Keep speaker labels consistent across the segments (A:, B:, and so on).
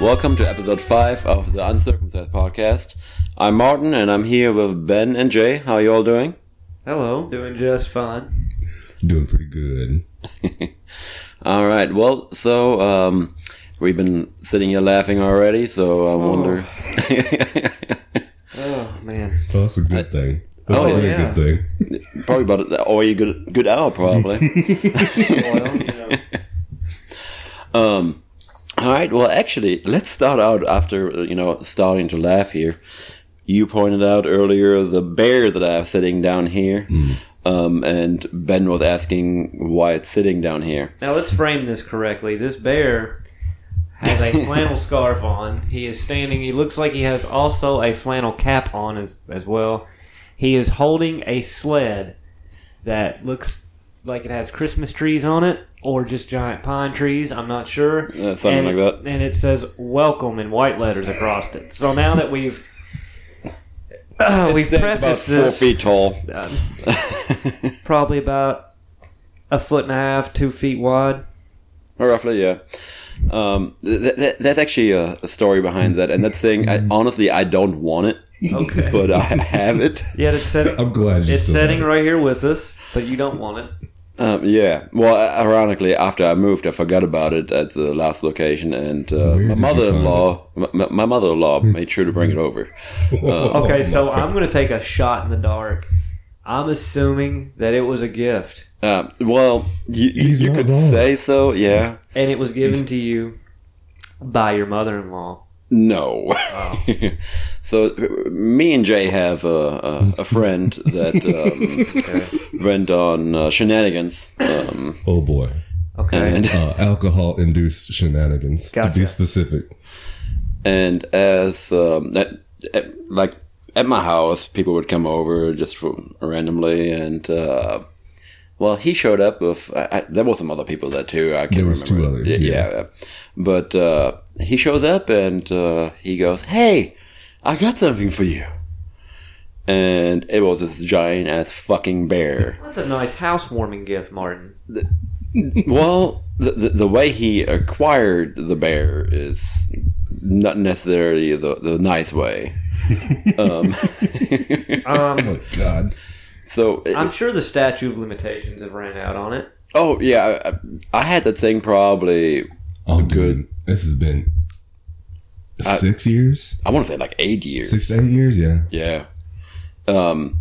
A: Welcome to episode 5 of the Uncircumcised Podcast. I'm Martin and I'm here with Ben and Jay. How are you all doing?
B: Hello, doing just fine.
C: Doing pretty good.
A: All right. Well, so um, we've been sitting here laughing already, so I wonder.
B: Oh man,
C: Well, that's a good thing. That's
A: Oh,
C: a really
B: yeah.
C: good
A: probably about an or you good good hour probably.
B: well, you know,
A: Um, all right. Well, actually, let's start out after uh, you know starting to laugh here. You pointed out earlier the bear that I have sitting down here, um, and Ben was asking why it's sitting down here.
B: now let's frame this correctly. This bear has a flannel scarf on. He is standing. He looks like he has also a flannel cap on as as well. He is holding a sled that looks like it has Christmas trees on it or just giant pine trees. I'm not sure.
A: Uh, something
B: and,
A: like that.
B: And it says "Welcome" in white letters across it. So now that we've uh,
A: It
B: we've
A: stands about
B: prefaced
A: four
B: this,
A: feet tall.
B: um, probably about a foot and a half, two feet wide.
A: Roughly, yeah. Um, th- th- that's actually a, a story behind that, and that thing. I, honestly, I don't want it,
B: Okay.
A: but I have it.
B: Yet it's
C: thing.
B: setting.
C: I'm glad you
B: It's
C: still
B: setting
C: got
B: right here with us, but you don't want it.
A: Um, yeah. Well, uh, ironically, after I moved, I forgot about it at the last location, and uh,
C: Where did
A: my
C: you Hmm.
A: mother-in-law, my, my mother-in-law, made sure to bring it over.
C: it. Oh,
B: Okay,
C: my
B: so
C: God.
B: I'm going to take a shot in the dark. I'm assuming that it was a gift,
A: Uh, well, you, you,
C: He's
A: you
C: not
A: could
C: wrong.
A: say so. Yeah.
B: and it was given to you by your mother-in-law.
A: No. so uh, me and Jay have a, a, a friend that um,
B: Okay.
A: went on uh, shenanigans. Um,
C: Oh boy.
B: Okay.
A: and
C: Uh, alcohol induced shenanigans. To
B: Gotcha.
C: be specific.
A: and as um, at, at, like at my house, people would come over just for, randomly, and uh, well, he showed up with I, I, there was some other people there too. I can't
C: There was two
A: remember.
C: others,
A: Y-
C: yeah.
A: but uh, he shows up and uh, he goes, "Hey, I got something for you," and it was this giant ass fucking bear.
B: That's a nice housewarming gift, Martin.
A: Well, the, the the way he acquired the bear is not necessarily the the nice way. Um,
C: Oh
B: Um,
C: my god.
A: so, it-
B: I'm sure the statute of limitations have ran out on it.
A: oh yeah, I, I had that thing probably
C: Oh
A: Good.
C: good. This has been six years?
A: I want to say like eight years.
C: Six to eight years, yeah.
A: Yeah. Um.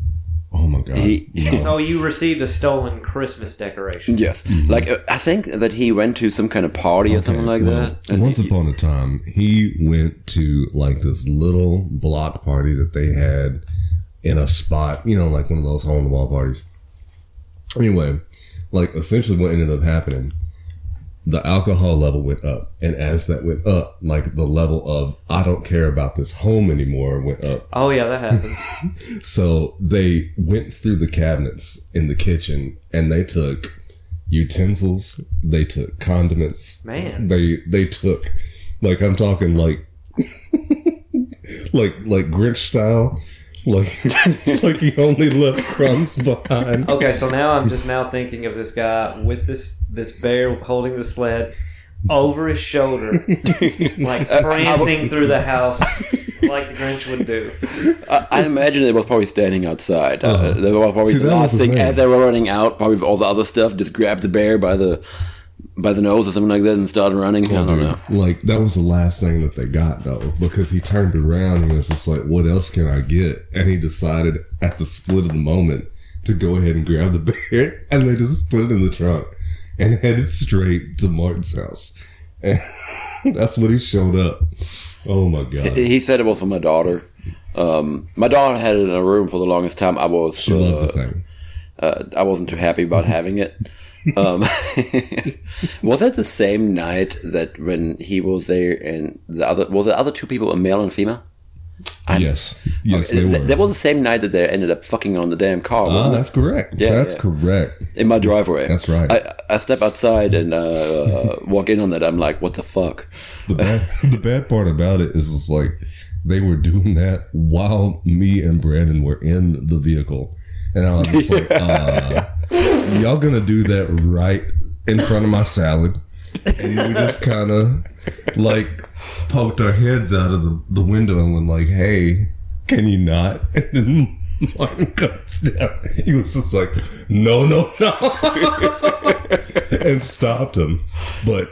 C: Oh my god.
A: He-
C: No.
B: So Oh, you received a stolen Christmas decoration.
A: Yes.
C: Mm-hmm.
A: Like uh, I think that he went to some kind of party or something like
C: well,
A: that. And
C: Once
A: he-
C: upon a time, he went to like this little block party that they had in a spot, you know, like one of those hole in the wall parties. Anyway, like essentially what ended up happening, the alcohol level went up. And as that went up, like the level of I don't care about this home anymore went up.
B: Oh yeah, that happens.
C: So they went through the cabinets in the kitchen and they took utensils, they took condiments.
B: Man.
C: They they took like I'm talking like like like Grinch style. Like like he only left crumbs behind.
B: Okay, so now I'm just now thinking of this guy with this this bear holding the sled over his shoulder, like
A: Uh,
B: prancing through the house like the Grinch would do.
A: I, I imagine it was probably standing outside. Uh,
C: Uh-huh.
A: they were probably
C: See,
A: the
C: that was
A: last
C: the
A: thing
C: thing.
A: as they were running out. Probably with all the other stuff. Just grabbed the bear by the by the nose or something like that and started running. I don't know.
C: Like that was the last thing that they got though, because he turned around and was just like, "What else can I get?" And he decided at the split of the moment to go ahead and grab the bear, and they just put it in the trunk and headed straight to Martin's house. And that's when he showed up. Oh my god,
A: He said it was for my daughter. Um, my daughter had it in her room for the longest time. I was
C: she loved the
A: uh,
C: thing.
A: uh, I wasn't too happy about having it. Um, was that the same night that when he was there and the other was the other two people a male and female? I'm-
C: yes, yes,
A: Th-
C: they
A: th-
C: were.
A: That was the same night that they ended up fucking on the damn car.
C: Ah,
A: wasn't it?
C: that's correct.
A: Yeah,
C: that's
A: yeah.
C: correct.
A: in my driveway.
C: That's right.
A: I, I step outside and uh, walk in on that. I'm like, what the fuck?
C: The bad, the bad part about it is, it's like they were doing that while me and Brandon were in the vehicle, and I was just like, uh, "Y'all gonna do that right in front of my salad?" And we just kind of like poked our heads out of the, the window and went like, "Hey, can you not?" And then Martin comes down. He was just like, "No, no, no," and stopped him. But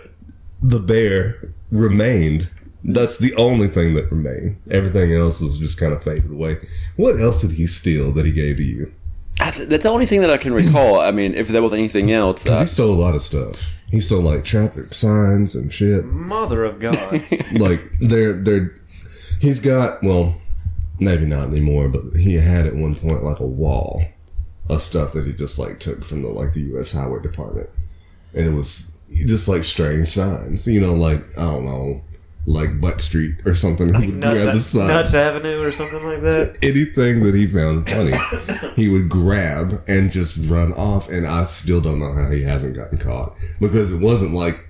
C: the bear remained. That's the only thing that remained. Everything else was just kind of faded away. What else did he steal that he gave to you?
A: That's, that's the only thing that I can recall. I mean, if there was anything else,
C: Because
A: uh,
C: he stole a lot of stuff. He stole like traffic signs and shit.
B: Mother of God.
C: like they're they're he's got well maybe not anymore but he had at one point like a wall of stuff that he just like took from the like the us highway department and it was just like strange signs you know like i don't know like butt street or something he
B: Like
C: would grab the
B: Nuts,
C: sign
B: Nuts Avenue or something like that.
C: anything that he found funny he would grab and just run off and i still don't know how he hasn't gotten caught because it wasn't like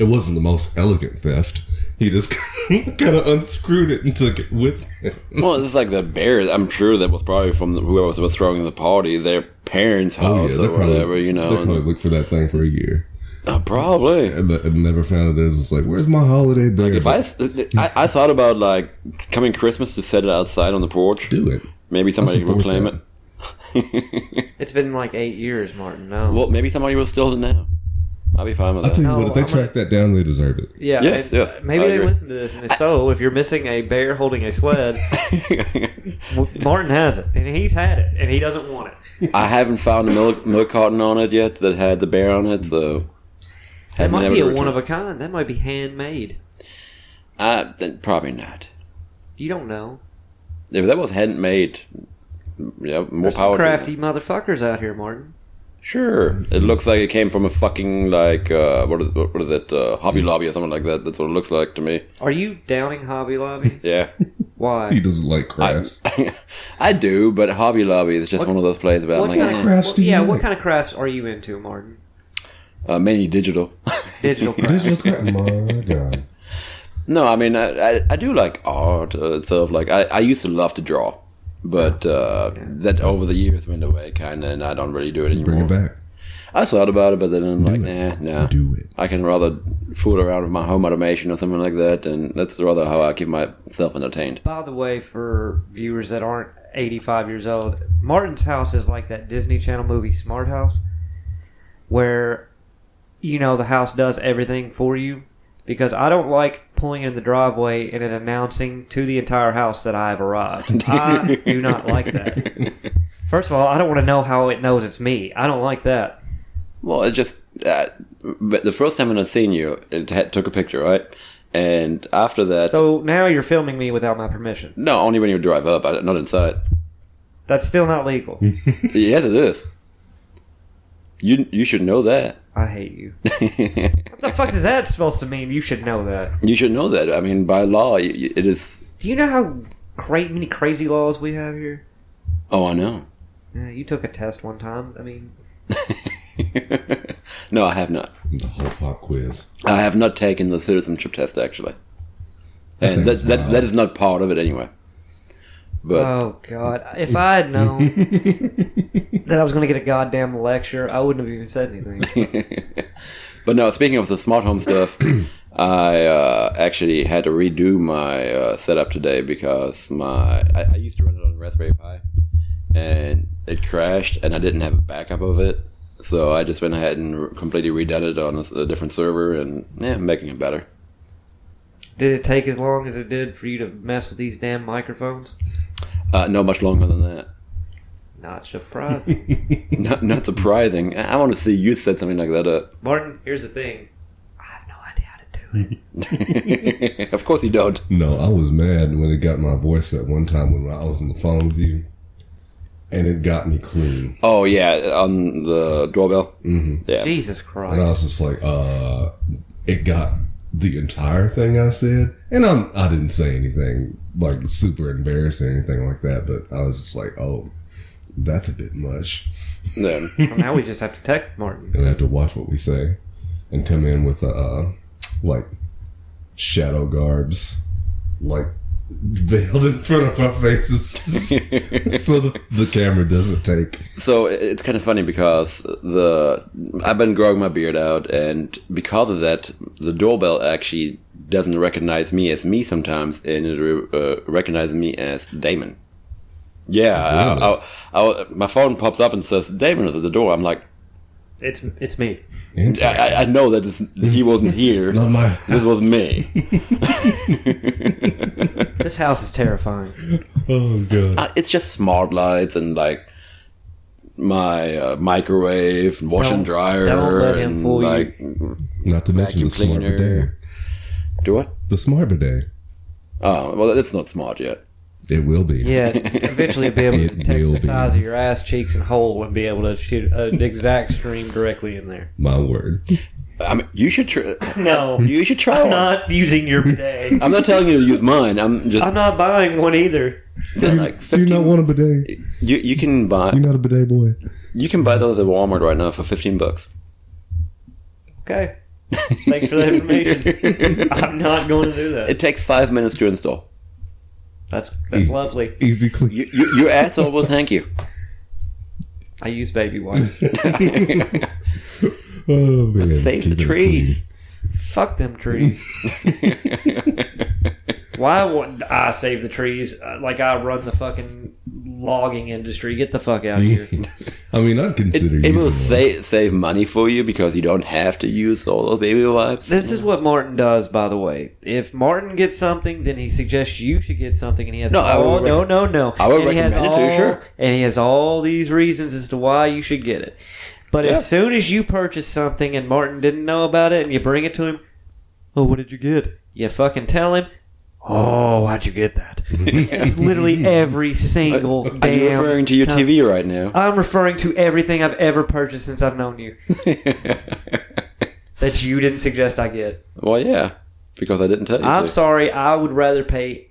C: it wasn't the most elegant theft he just kind of unscrewed it and took it with him
A: well, it's like the bears. I'm sure that was probably from the, whoever was throwing the party, their parents' house
C: they
A: or whatever, you know.
C: they
A: and-
C: probably looked for that thing for a year
A: Uh, probably.
C: and but I never found it It's just like where's my holiday bear
A: If I, I, I thought about like coming Christmas to set it outside on the porch.
C: do it
A: Maybe somebody
C: support
A: will claim
C: that.
A: it.
B: It's been like eight years, Martin. No.
A: well, maybe somebody will steal it now. I'll be fine with
C: i'll
A: that.
C: tell you
B: No,
C: what if they
B: I'm gonna-
C: track that down they deserve it
B: yeah.
A: Yes,
B: and
A: yes,
B: Maybe
A: I
B: they
A: agree.
B: listen to this, and if so, if you're missing a bear holding a sled, w- Martin has it, and he's had it, and he doesn't want it.
A: I haven't found a milk, milk carton on it yet that had the bear on it, so.
B: That
A: haven't
B: might
A: ever
B: be a
A: returned-
B: one of a kind. That might be handmade.
A: Uh, then probably not.
B: You don't know.
A: If that was handmade, yeah, more
B: There's
A: power.
B: some
A: to them.
B: crafty motherfuckers out here, Martin.
A: Sure, it looks like it came from a fucking like uh, what is what is it? Uh, Hobby Lobby or something like that. That's what it looks like to me.
B: Are you downing Hobby Lobby?
A: Yeah,
C: he
B: Why?
C: doesn't like
A: I,
C: crafts
A: I do, but Hobby Lobby is just
B: What-
A: one of those places where I'm
B: What
A: like,
B: kind of
A: eh,
C: crafts
B: crafts?
C: do you
B: yeah,
C: like?
B: what kind of crafts are you into, Martin?
A: uh, mainly digital.
B: Digital crafts.
C: Digital crap my god
A: No, I mean, I, I, I do like art uh, itself. Like, I, I used to love to draw, but uh, that over the years went away, kind of, and I don't really do it anymore.
C: bring it back
A: I thought about it, but then I'm like,
C: it.
A: nah, nah.
C: Do it.
A: I can rather fool around with my home automation or something like that, and that's rather how I keep myself entertained.
B: By the way, for viewers that aren't 85 years old, Martin's house is like that Disney Channel movie Smart House, where you know the house does everything for you. Because I don't like pulling in the driveway and then announcing to the entire house that I have arrived. I Ah, do not like that. First of all, I don't want to know how it knows it's me. I don't like that.
A: Well, it just uh, but the first time when I seen you, it had, took a picture, right? And after that,
B: So now you're filming me without my permission.
A: no, only when you drive up, I- not inside.
B: That's still not legal.
A: yes, it is. You you should know that.
B: I hate you. What the fuck is that supposed to mean? You should know that.
A: You should know that. I mean, by law, y- y- it is.
B: Do you know how cra- many crazy laws we have here?
A: Oh, I know.
B: Yeah, you took a test one time. I mean,
A: no, I have not.
C: the whole pop quiz
A: I have not taken the citizenship test actually,
C: That
A: and
C: thing
A: that
C: is
A: that,
C: wild.
A: that is not part of it anyway. But
B: oh god, if I had known that I was going to get a goddamn lecture, I wouldn't have even said anything.
A: but no. Speaking of the smart home stuff, I uh, actually had to redo my uh, setup today because my I, I used to run it on Raspberry Pi, and it crashed, and I didn't have a backup of it. So I just went ahead and re- completely redone it on a, a different server, and yeah, making it better.
B: Did it take as long as it did for you to mess with these damn microphones?
A: Uh, no, much longer than that.
B: Not surprising.
A: Not, not surprising. I want to see you set something like that up.
B: Martin, here's the thing. I have no idea how to do it.
A: of course you don't.
C: No, I was mad when it got my voice that one time when I was on the phone with you, and it got me clean.
A: Oh yeah, on the doorbell.
C: hmm
A: Yeah.
B: Jesus
C: And I
B: Christ.
C: was just like, uh, it got the entire thing I said, and I'm I didn't say anything like super embarrassing or anything like that, but I was just like, oh, that's a bit much.
A: Yeah.
B: So now we just have to text Martin.
C: And I have to watch what we say, and come in with uh, uh, like shadow garbs, like veiled in front of our faces. so the, the camera doesn't take.
A: so it- it's kind of funny because the I've been growing my beard out, and because of that, the doorbell actually doesn't recognize me as me sometimes, and it re- uh, recognizes me as Damon. Yeah, I- I, I- I- my phone pops up and says Damon is at the door. I'm like,
B: It's it's me.
A: I, I- I know that it's, he wasn't here.
C: Not my.
A: This was me.
B: This house is terrifying.
C: Oh god.
A: Uh, it's just smart lights and like my uh, microwave and washer and
B: Don't- don't
A: dryer
B: let him
A: and
B: fool you.
A: like
C: Not to mention the
A: Vacuum
C: smart
A: cleaner.
C: bidet.
A: do what?
C: The smart bidet.
A: Oh well, it's not smart yet.
C: It will be.
B: Yeah, eventually you'll be able
C: It
B: to take
C: will
B: the
C: be.
B: size of your ass, cheeks, and hole, and be able to shoot an exact stream directly in there.
C: My word.
A: I mean, you should try.
B: No,
A: You should try
B: I'm
A: one.
B: not using your bidet.
A: I'm not telling you to use mine. I'm just
B: I'm not buying one either.
A: they're like
C: Do you not
A: 15
C: want a bidet?
A: You you can buy
C: You're not a bidet boy.
A: you can buy those at Walmart right now for fifteen bucks.
B: Okay, thanks for that information. I'm not going to do that.
A: It takes five minutes to install.
B: That's that's
C: Mm.
B: lovely.
C: Easy clean.
A: You, you, your asshole will thank you.
B: I use baby wipes.
C: oh man.
A: Save
C: Keep
A: the
C: it
A: trees.
B: Fuck them trees. Why wouldn't I save the trees? Uh, Like I run the fucking logging industry. Get the fuck out of here.
C: clean. I mean, I'd
A: It,
C: consider
A: it
C: using
A: will
C: one.
A: save save money for you because you don't have to use all those baby wipes.
B: This is what Martin does, by the way. If Martin gets something, then he suggests you should get something, and he has
A: No, I would
B: all, no,
A: recom-
B: no, no.
A: I would
B: And he has
A: recommend it to you,
B: all-
A: sure.
B: And he has all these reasons as to why you should get it. But
A: Yeah.
B: as soon as you purchase something and Martin didn't know about it, and you bring it to him, oh, what did you get? You fucking tell him. Oh, why'd you get that? it's literally every single
A: Are
B: damn.
A: you referring to your
B: time.
A: TV right now?
B: I'm referring to everything I've ever purchased since I've known you that you didn't suggest I get.
A: well, yeah, because I didn't tell you.
B: I'm
A: to.
B: sorry, I would rather pay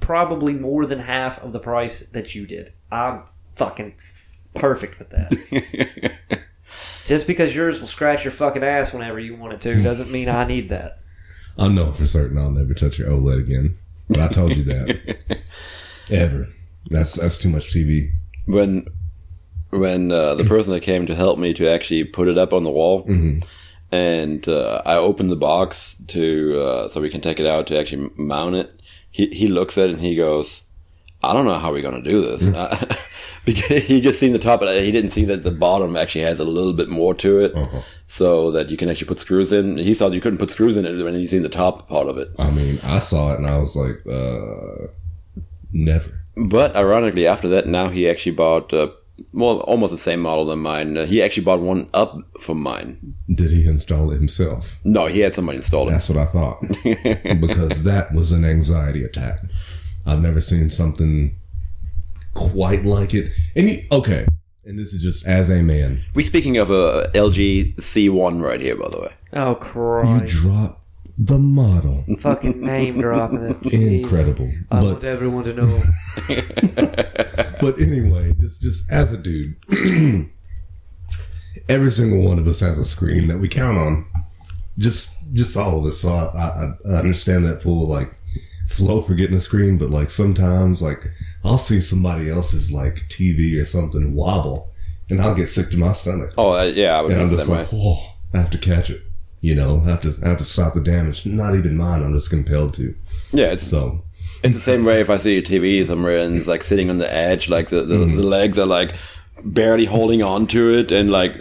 B: probably more than half of the price that you did. I'm fucking perfect with that. Just because yours will scratch your fucking ass whenever you want it to doesn't mean I need that.
C: I know for certain I'll never touch your OLED again. But I told you that. Ever. That's that's too much TV.
A: when when uh, the person that came to help me to actually put it up on the wall,
C: Mhm.
A: and uh, I opened the box to uh, so we can take it out to actually mount it. He he looks at it and he goes, "I don't know how we're gonna do this." Uh, because he just seen the top, but he didn't see that the bottom actually has a little bit more to it,
C: Uh-huh.
A: so that you can actually put screws in. He thought you couldn't put screws in it when he seen the top part of it.
C: I mean, I saw it and I was like, uh, never.
A: But ironically, after that, now he actually bought uh, well almost the same model than mine. Uh, he actually bought one up from mine.
C: Did he install it himself?
A: No, he had somebody install it.
C: That's what I thought. because that was an anxiety attack. I've never seen something quite like it. And he, okay. And this is just as a man.
A: We're speaking of uh, a LG C1 right here, by the way.
B: Oh
C: You
B: Christ.
C: drop the model.
B: fucking name dropping it. Jeez.
C: Incredible.
B: I
C: But
B: want everyone to know.
C: but anyway, just just as a dude, every single one of us has a screen that we count on. Just just all of us. So I, I, I understand that full like flow for getting a screen, but like sometimes like I'll see somebody else's like TV or something wobble, and I'll get sick to my stomach,
A: Oh uh, yeah, I was
C: and I'm
A: the
C: just
A: same way.
C: like, oh, I have to catch it. You know, I have to I have to stop the damage. Not even mine. I'm just compelled to.
A: Yeah, it's
C: So
A: it's the same way. If I see a TV somewhere and it's like sitting on the edge, like the the, the legs are like barely holding on to it and like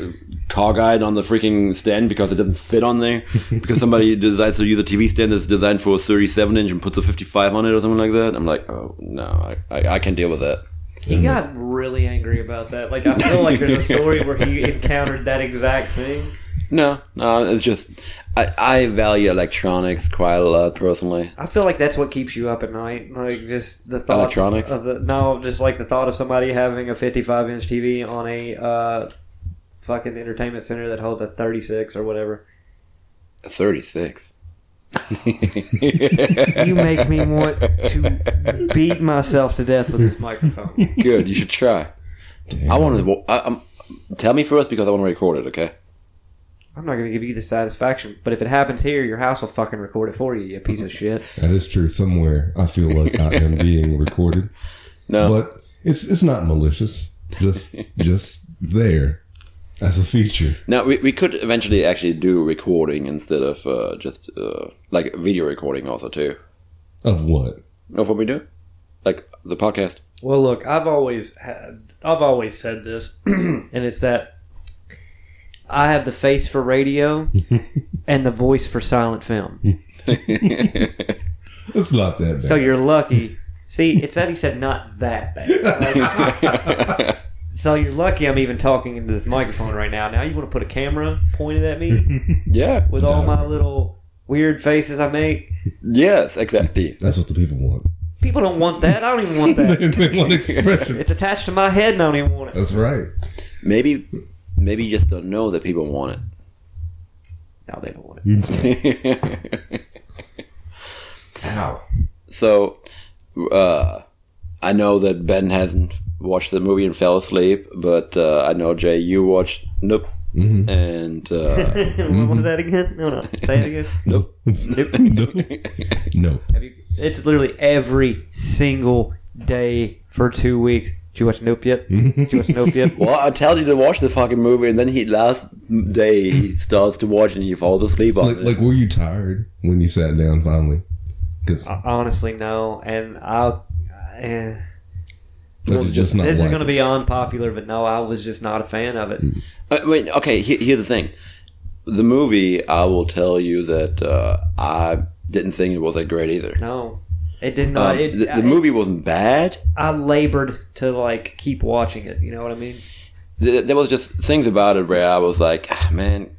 A: cockeyed on the freaking stand because it doesn't fit on there because somebody decides to use a TV stand that's designed for a 37 inch and puts a 55 on it or something like that. I'm like, oh no, I, I, I can deal with that.
B: He got really angry about that. Like I feel like there's a story where he encountered that exact thing.
A: No, no, it's just I, I value electronics quite a lot personally.
B: I feel like that's what keeps you up at night. Like just the thought
A: Electronics?
B: of the no, just like the thought of somebody having a fifty-five inch TV on a uh, fucking entertainment center that holds a thirty-six or whatever.
A: 36.
B: You make me want to beat myself to death with this microphone.
A: Good, you should try.
C: damn.
A: I want to. I, I'm, tell me first because I want to record it. Okay.
B: I'm not gonna give you the satisfaction, but if it happens here, your house will fucking record it for you. You piece of shit.
C: That is true. Somewhere I feel like I am being recorded.
A: No.
C: but it's it's not malicious. Just just there. That's a feature.
A: Now we, we could eventually actually do recording instead of uh, just uh, like video recording also too.
C: Of what?
A: Of what we do, like the podcast.
B: Well, look, I've always had, I've always said this, and it's that I have the face for radio and the voice for silent film.
C: It's not that bad.
B: So you're lucky. See, it's that he said not that bad. so you're lucky I'm even talking into this microphone right now. Now you want to put a camera pointed at me
A: yeah.
B: with all my little weird faces I make.
A: Yes. Exactly.
C: That's what the people want.
B: People don't want that. I don't even want
C: they,
B: that.
C: they want Uh, expression.
B: It's attached to my head and I don't even want it.
C: That's right.
A: Maybe maybe you just don't know that people want
B: No, they don't want it.
A: it.
C: How?
A: so, uh, I know that Ben hasn't watched the movie and fell asleep, but uh, I know Jay, you watched Nope,
C: Mm-hmm.
A: and uh,
B: what was that again? No, no. Say it again.
C: No. no. No.
B: Have you, it's literally every single day for two weeks. Did you watch Nope yet? Did you watch Nope yet?
A: well, I tell you to watch the fucking movie, and then he last day he starts to watch and he falls asleep on
C: Like,
A: it.
C: like, were you tired when you sat down finally? Because
B: I honestly no, and I'll. Eh.
C: it's just not
B: this is
C: like
B: going to be unpopular, but no, I was just not a fan of it.
A: Uh, wait, okay. Here, here's the thing: the movie. I will tell you that uh, I didn't think it was that great either.
B: No, it did not.
A: Um,
B: it,
A: the, the
B: I-
A: movie wasn't bad.
B: I labored to like keep watching it. You know what I mean?
A: Th- There was just things about it where I was like, "Ah, man,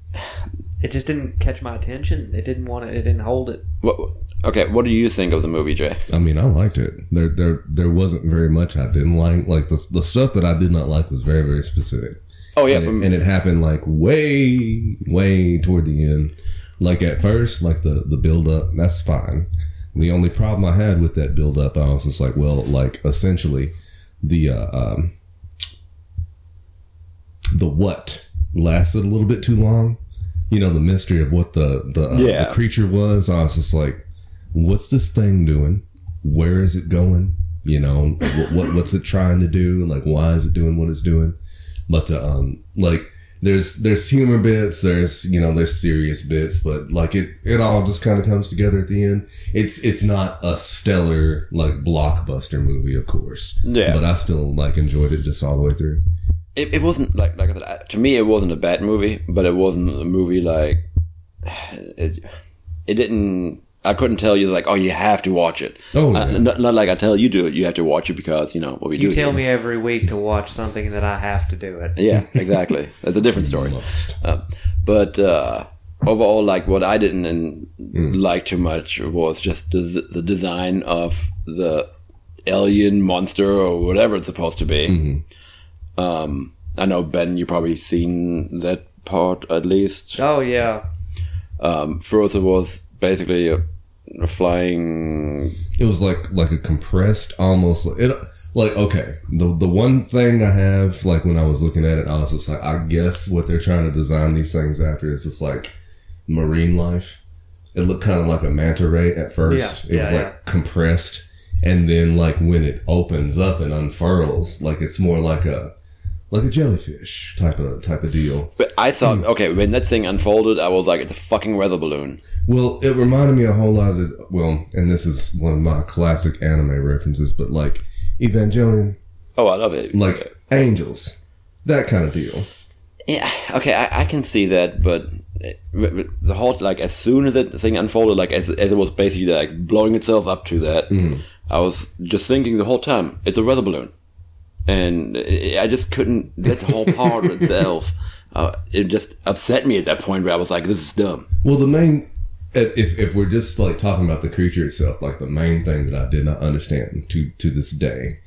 B: It just didn't catch my attention. It didn't want it. It didn't hold it.
A: what? Okay, what do you think of the movie, Jay?
C: I mean, I liked it. There, there, there wasn't very much I didn't like. Like the the stuff that I did not like was very, very specific.
A: Oh yeah,
C: and,
A: from
C: it, and it happened like way, way toward the end. Like at first, like the the build up, that's fine. The only problem I had with that build up, I was just like, well, like essentially, the uh, um, the what lasted a little bit too long. You know, the mystery of what the the, uh,
A: Yeah.
C: the creature was. I was just like, what's this thing doing? Where is it going? You know, what, what what's it trying to do? Like, why is it doing what it's doing? But uh, um, like there's there's humor bits, there's you know there's serious bits, but like it it all just kind of comes together at the end. It's it's not a stellar like blockbuster movie, of course.
A: Yeah.
C: but I still like enjoyed it just all the way through.
A: it, it wasn't like like I said. I- To me, it wasn't a bad movie, but it wasn't a movie like it. It didn't. I couldn't tell you like, oh, you have to watch it.
C: Oh,
A: Uh,
C: yeah.
A: not, not like I tell you do it. You have to watch it because you know what we do.
B: You tell
A: here.
B: me every week to watch something that I have to do it.
A: Yeah, exactly. That's a different story.
C: Must.
A: Um, but uh, overall, like what I didn't and
C: Mm.
A: like too much was just the, the design of the alien monster or whatever it's supposed to be.
C: Mm-hmm.
A: Um, I know Ben, you probably seen that part at least.
B: Oh yeah,
A: Um, Frozen was basically a, a flying.
C: It was like like a compressed almost it like okay the the one thing I have like when I was looking at it I was just like I guess what they're trying to design these things after is just like marine life. It looked kind of like a manta ray at first.
B: Yeah,
C: it was
B: yeah,
C: like
B: yeah.
C: compressed, and then like when it opens up and unfurls, like it's more like a like a jellyfish type of type of deal.
A: But I thought, okay, when that thing unfolded, I was like, it's a fucking weather balloon.
C: Well, it reminded me a whole lot of well, and this is one of my classic anime references, but like Evangelion,
A: Oh, I love it.
C: like angels, that kind of deal.
A: Yeah, okay, I, I can see that, but uh, w- w- the whole like as soon as that thing unfolded, like as as it was basically like blowing itself up to that,
C: Hmm.
A: I was just thinking the whole time it's a weather balloon, and I I just couldn't that whole part itself. Uh, it just upset me at that point where I was like, "This is dumb."
C: Well, the main if if if we're just like talking about the creature itself, like the main thing that I did not understand to to this day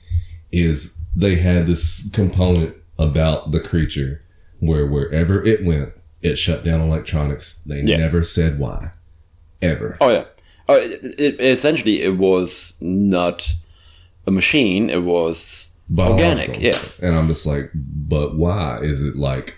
C: is they had this component about the creature where wherever it went, it shut down electronics. They
A: Yeah.
C: never said why, ever.
A: Oh yeah, oh, it, it, essentially it was not a machine; it was organic.
C: biological.
A: Yeah,
C: And I'm just like, but why? Is it like,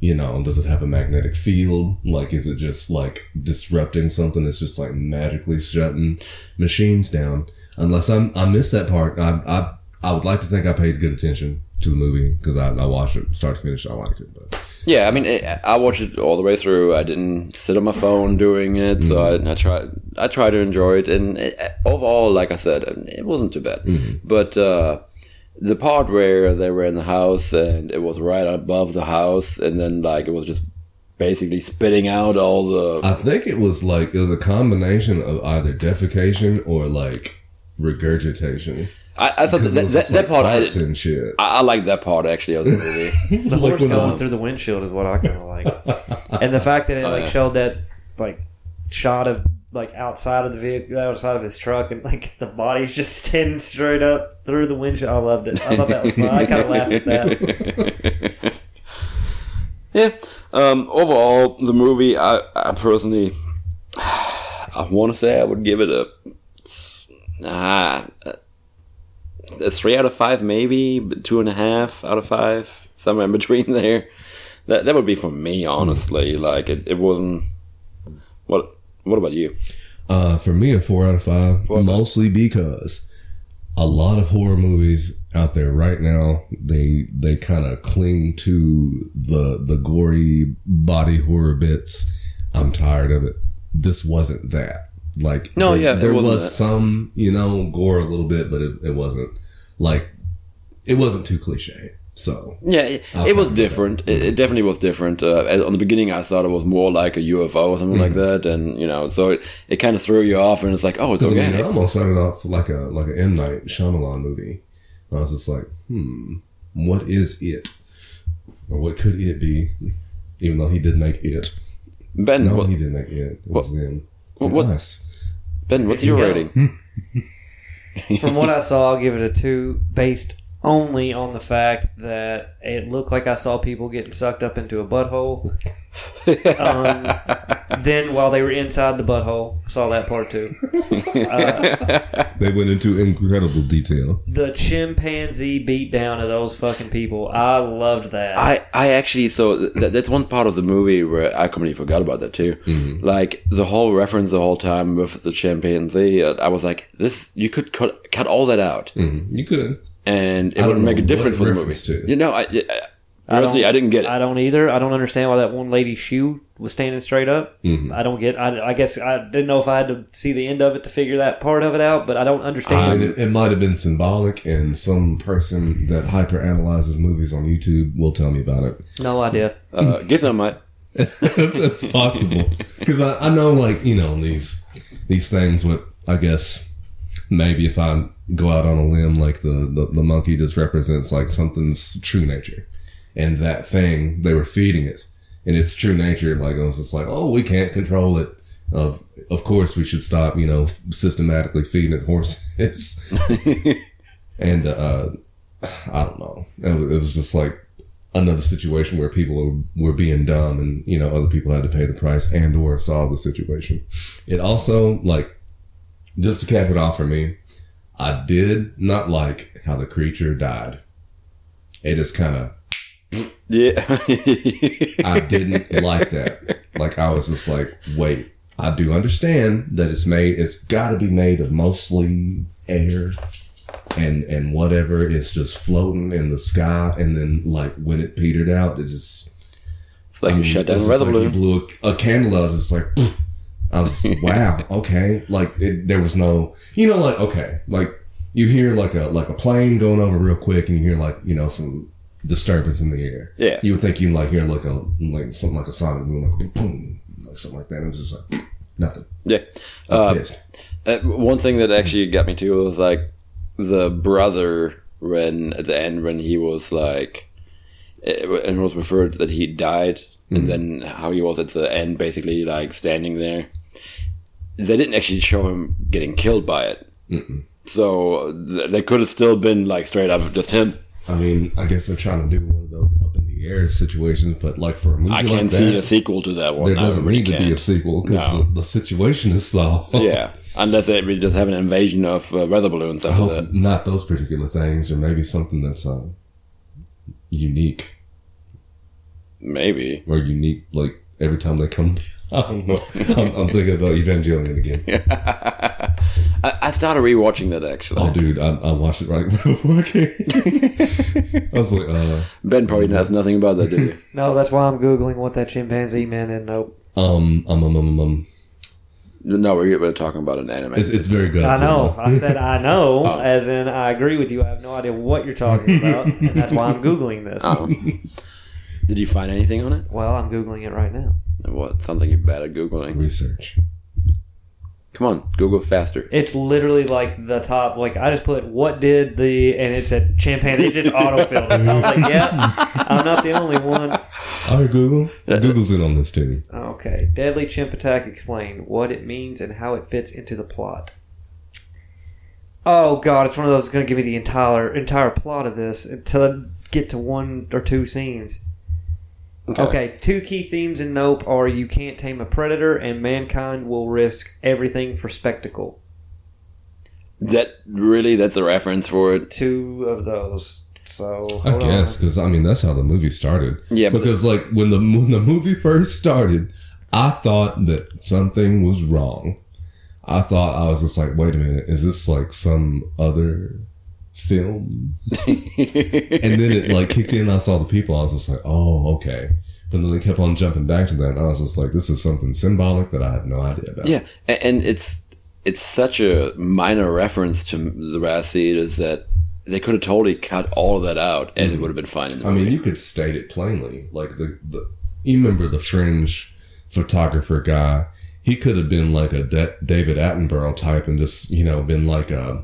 C: you know, does it have a magnetic field? Like, is it just like disrupting something that's just like magically shutting machines down? Unless I'm, I missed that part. I, I, I would like to think I paid good attention to the movie because I, I watched it start to finish. I liked it, but
A: Yeah, I mean, it, I watched it all the way through. I didn't sit on my phone doing it, so I, I tried. I tried to enjoy it, and it, overall, like I said, it wasn't too bad. But uh, the part where they were in the house and it was right above the house, and then like it was just basically spitting out all the.
C: I think it was like it was a combination of either defecation or like regurgitation.
A: I, I thought that,
C: Because it
A: that,
C: was just,
A: that
C: like,
A: part. I,
C: farts and shit.
A: I, I like that part actually of the movie.
B: The
C: Like
B: horse
C: when uh, the-
B: going through the windshield is what I kind of like, and the fact that it
A: Oh,
B: like
A: yeah.
B: showed that like shot of like outside of the vehicle, outside of his truck, and like the body's just standing straight up through the windshield. I loved it. I thought that was fun. I kind of laughed at that.
A: yeah. Um, overall, the movie, I, I personally, I want to say I would give it a, nah, a three out of five, maybe but two and a half out of five, somewhere in between there. That that would be for me, honestly. Like it, it wasn't. What What about you?
C: Uh, for me, a four out of five,
A: Four out of five.
C: mostly because a lot of horror movies out there right now they they kind of cling to the the gory body horror bits. I'm tired of it. This wasn't that. Like
A: No,
C: there,
A: yeah, it
C: there
A: wasn't
C: was
A: that.
C: some you know gore a little bit, but it, it wasn't like it wasn't too cliche. So
A: Yeah, it,
C: Outside
A: it was
C: of the
A: different. It, it definitely was different. Uh, at- on the beginning, I thought it was more like a UFO or something
C: Mm.
A: like that, and you know, so it, it kind of threw you off, and it's like, oh, it's
C: Because I mean,
A: okay.
C: it almost started off like a like an M Night Shyamalan movie. I was just like, hmm, what is it, or what could it be? Even though he did make it,
A: ben,
C: no,
A: what,
C: he didn't make it. It was them.
A: what- what-
C: Us.
A: Ben, what's
B: Here
A: your
B: you go.
A: rating?
B: From what I saw, I'll give it a two, based only on the fact that it looked like I saw people getting sucked up into a butthole. Um, then while they were inside the butthole, saw that part too.
A: Uh,
C: They went into incredible detail.
B: The chimpanzee beat down of those fucking people. I loved that.
A: I, I actually so th- that's one part of the movie where I completely forgot about that too.
C: Mm-hmm.
A: Like the whole reference the whole time with the chimpanzee, uh, I was like, this you could cut cut all that out,
C: Mhm. You could.
A: and it
C: I
A: would
C: don't
A: make a
C: know
A: difference
C: what
A: for the movie.
C: reference to.
A: You know, I, I, honestly, I, didn't get it.
B: I don't either. I don't understand why that one lady's shoe was standing straight up.
C: Mhm.
B: I don't get. I, I guess I didn't know if I had to see the end of it to figure that part of it out, but I don't
C: I
B: understand.
C: mean, it, it might have been symbolic, and some person that hyperanalyzes movies on YouTube will tell me about it.
B: no idea.
A: uh, guess I might.
C: that's, that's possible because I, I know like you know these these things with i guess maybe if i go out on a limb like the the, the monkey just represents like something's true nature and that thing they were feeding it and its true nature like it was just like oh we can't control it of of course we should stop you know systematically feeding it horses and uh i don't know it was, it was just like another situation where people were, were being dumb and you know other people had to pay the price and or solve the situation it also like just to cap it off for me i did not like how the creature died it just kind of
A: Yeah,
C: i didn't like that like i was just like wait i do understand that it's made it's got to be made of mostly air and and whatever is just floating in the sky and then like when it petered out it just
A: it's like
C: I
A: you
C: mean,
A: shut down
C: Um, it's
A: the
C: just
A: weather balloon.
C: like you blew a, a candle out. It's like, poof. I was wow, okay. Like it, there was no, you know, like okay, like you hear like a like a plane going over real quick, and you hear like you know some disturbance in the air.
A: Yeah.
C: you would think you like hear like a like something like a sonic boom, like boom, like something like that. It was just like nothing.
A: Yeah.
C: I was
A: Uh,
C: pissed.
A: Uh, one thing that actually got me too was like the brother when at the end when he was like it, and was referred that he died
C: Mm.
A: and then how he was at the end basically like standing there they didn't actually show him getting killed by it
C: Mm-mm.
A: so th- they could have still been like straight up just him
C: I mean, I guess they're trying to do one of those up in the air situations, but like for a movie
A: i
C: like
A: can't
C: that,
A: see a sequel to that one
C: there
A: I
C: doesn't
A: really
C: need to be a
A: can't.
C: sequel because
A: No.
C: the, the situation is solved.
A: yeah unless they we just have an invasion of uh, weather balloons
C: I
A: after
C: hope
A: that
C: not those particular things, or maybe something that's uh, unique
A: maybe
C: or unique. Like every time they come, I don't know. I'm, I'm thinking about Evangelion again.
A: I, I started rewatching that actually.
C: Oh, dude, I, I watched it right before I came. I was like, uh,
A: ben probably knows nothing about that, do you?
B: No, that's why I'm googling what that chimpanzee man and nope.
C: um, um, um, um, um.
A: no, we're, we're talking about an anime.
C: It's, it's very good.
B: I know.
C: so-
B: I said I know,
A: Oh.
B: as in I agree with you. I have no idea what you're talking about, and that's why I'm googling this.
A: oh. Did you find anything on it?
B: Well, I'm googling it right now.
A: What? Something you're bad at googling?
C: uh, Research.
A: Come on, Google faster.
B: It's literally like the top. Like I just put what did the and it said chimpanzee. It just autofilled. It. I was like, yeah, I'm not the only one.
C: All right, Google. Google's in on this too.
B: Okay, deadly chimp attack. Explain what it means and how it fits into the plot. Oh God, it's one of those that's going to give me the entire entire plot of this until I get to one or two scenes. Okay, two key themes in Nope are you can't tame a predator and mankind will risk everything for spectacle.
A: That really? That's a reference for it.
B: Two of those. So
C: I
B: hold on.
C: guess because I mean that's how the movie started.
A: Yeah, but
C: Because like when the when the movie first started, I thought that something was wrong. I thought I was just like, wait a minute, is this like some other film? And then it like kicked in. I saw the people. I was just like, oh, okay. But then they kept on jumping back to that. And I was just like, this is something symbolic that I have no idea about.
A: yeah, and, and it's it's such a minor reference to the Wrath Seed is that they could have totally cut all of that out and it would have been fine. In the
C: Mm. I mean,
A: movie.
C: you could state it plainly. Like the, the you remember the fringe photographer guy? He could have been like a Da- David Attenborough type, and just you know been like a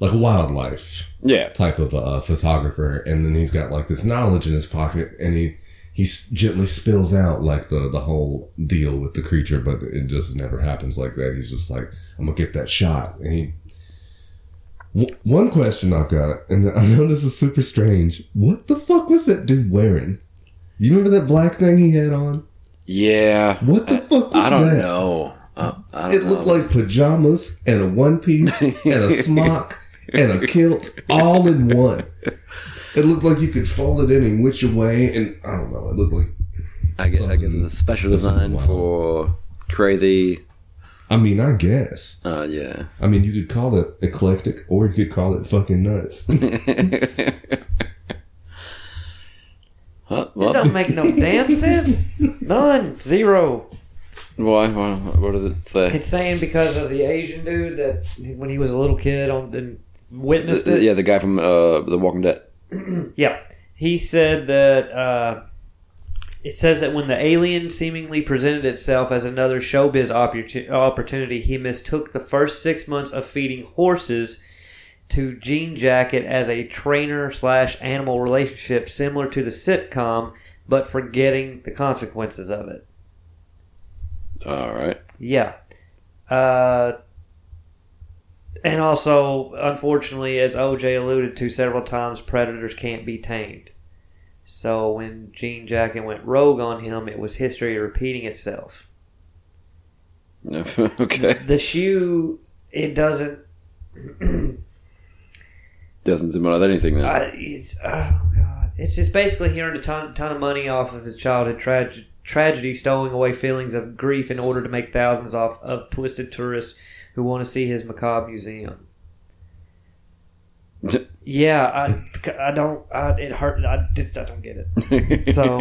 C: like a wildlife
A: yeah,
C: type of uh, photographer. And then he's got like this knowledge in his pocket, and he he s- gently spills out like the the whole deal with the creature, but it just never happens like that. He's just like, I'm gonna get that shot, and he. W- One question I've got, and I know this is super strange. What the fuck was that dude wearing? You remember that black thing he had on?
A: yeah.
C: What the fuck was
A: I don't
C: that?
A: know. Uh, I don't
C: It looked
A: know.
C: like pajamas and a one piece and a smock and a kilt all in one. It looked like you could fold it in and which away, and I don't know. It looked like.
A: I guess, I guess
C: something-
A: it's a special
C: something
A: design
C: wild.
A: for crazy.
C: I mean, I guess.
A: Uh, yeah.
C: I mean, you could call it eclectic, or you could call it fucking nuts.
A: Huh?
B: It
A: Well,
B: don't make no damn sense. None. Zero.
A: why? why- What does it say?
B: It's saying because of the Asian dude that when he was a little kid on and witnessed
A: The- the-
B: it.
A: Uh, yeah, the guy from uh, The Walking Dead.
B: Yeah. He said that uh, it says that when the alien seemingly presented itself as another showbiz opportu- opportunity, he mistook the first six months of feeding horses to Jean Jacket as a trainer slash animal relationship similar to the sitcom, but forgetting the consequences of it.
A: All right.
B: Yeah. Uh, and also, unfortunately, as OJ alluded to several times, predators can't be tamed. So when Gene Jacket went rogue on him, it was history repeating itself.
A: okay.
B: The shoe, it doesn't.
A: Doesn't symbolize anything then.
B: I Uh, it's oh god, it's just basically he earned a ton, ton of money off of his childhood tragedy. Tragedy stowing away feelings of grief in order to make thousands off of twisted tourists who want to see his macabre museum. Yeah, I, I don't. I, it hurt. I just I don't get it. so-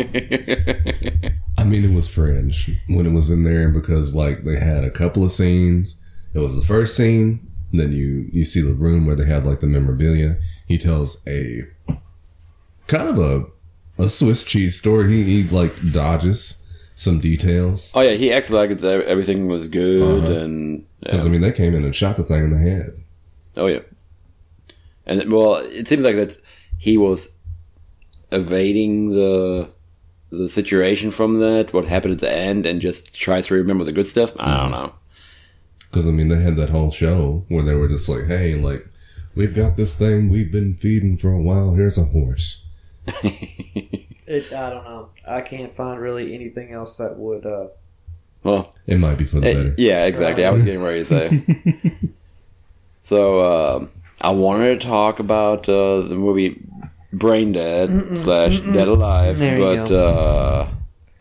C: I mean, it was fringe when it was in there because like they had a couple of scenes. It was the first scene. and Then you you see the room where they had like the memorabilia. He tells a kind of a a Swiss cheese story. He, he like dodges some details
A: oh yeah, he acts like it's, everything was good
C: Uh-huh.
A: and yeah.
C: because I mean they came in and shot the thing in the head.
A: oh yeah, and well, it seems like that he was evading the the situation from that what happened at the end and just tries to remember the good stuff. I don't know.
C: Because I mean they had that whole show where they were just like, hey, like we've got this thing we've been feeding for a while. Here's a horse.
B: it. I don't know. I can't find really anything else that would. Uh,
C: It might be for the
A: Eh,
C: better.
A: yeah, exactly. I was getting ready to say. so um, I wanted to talk about uh, the movie Brain Dead
B: Mm-mm,
A: slash
B: mm-mm.
A: Dead Alive,
B: There you
A: but uh,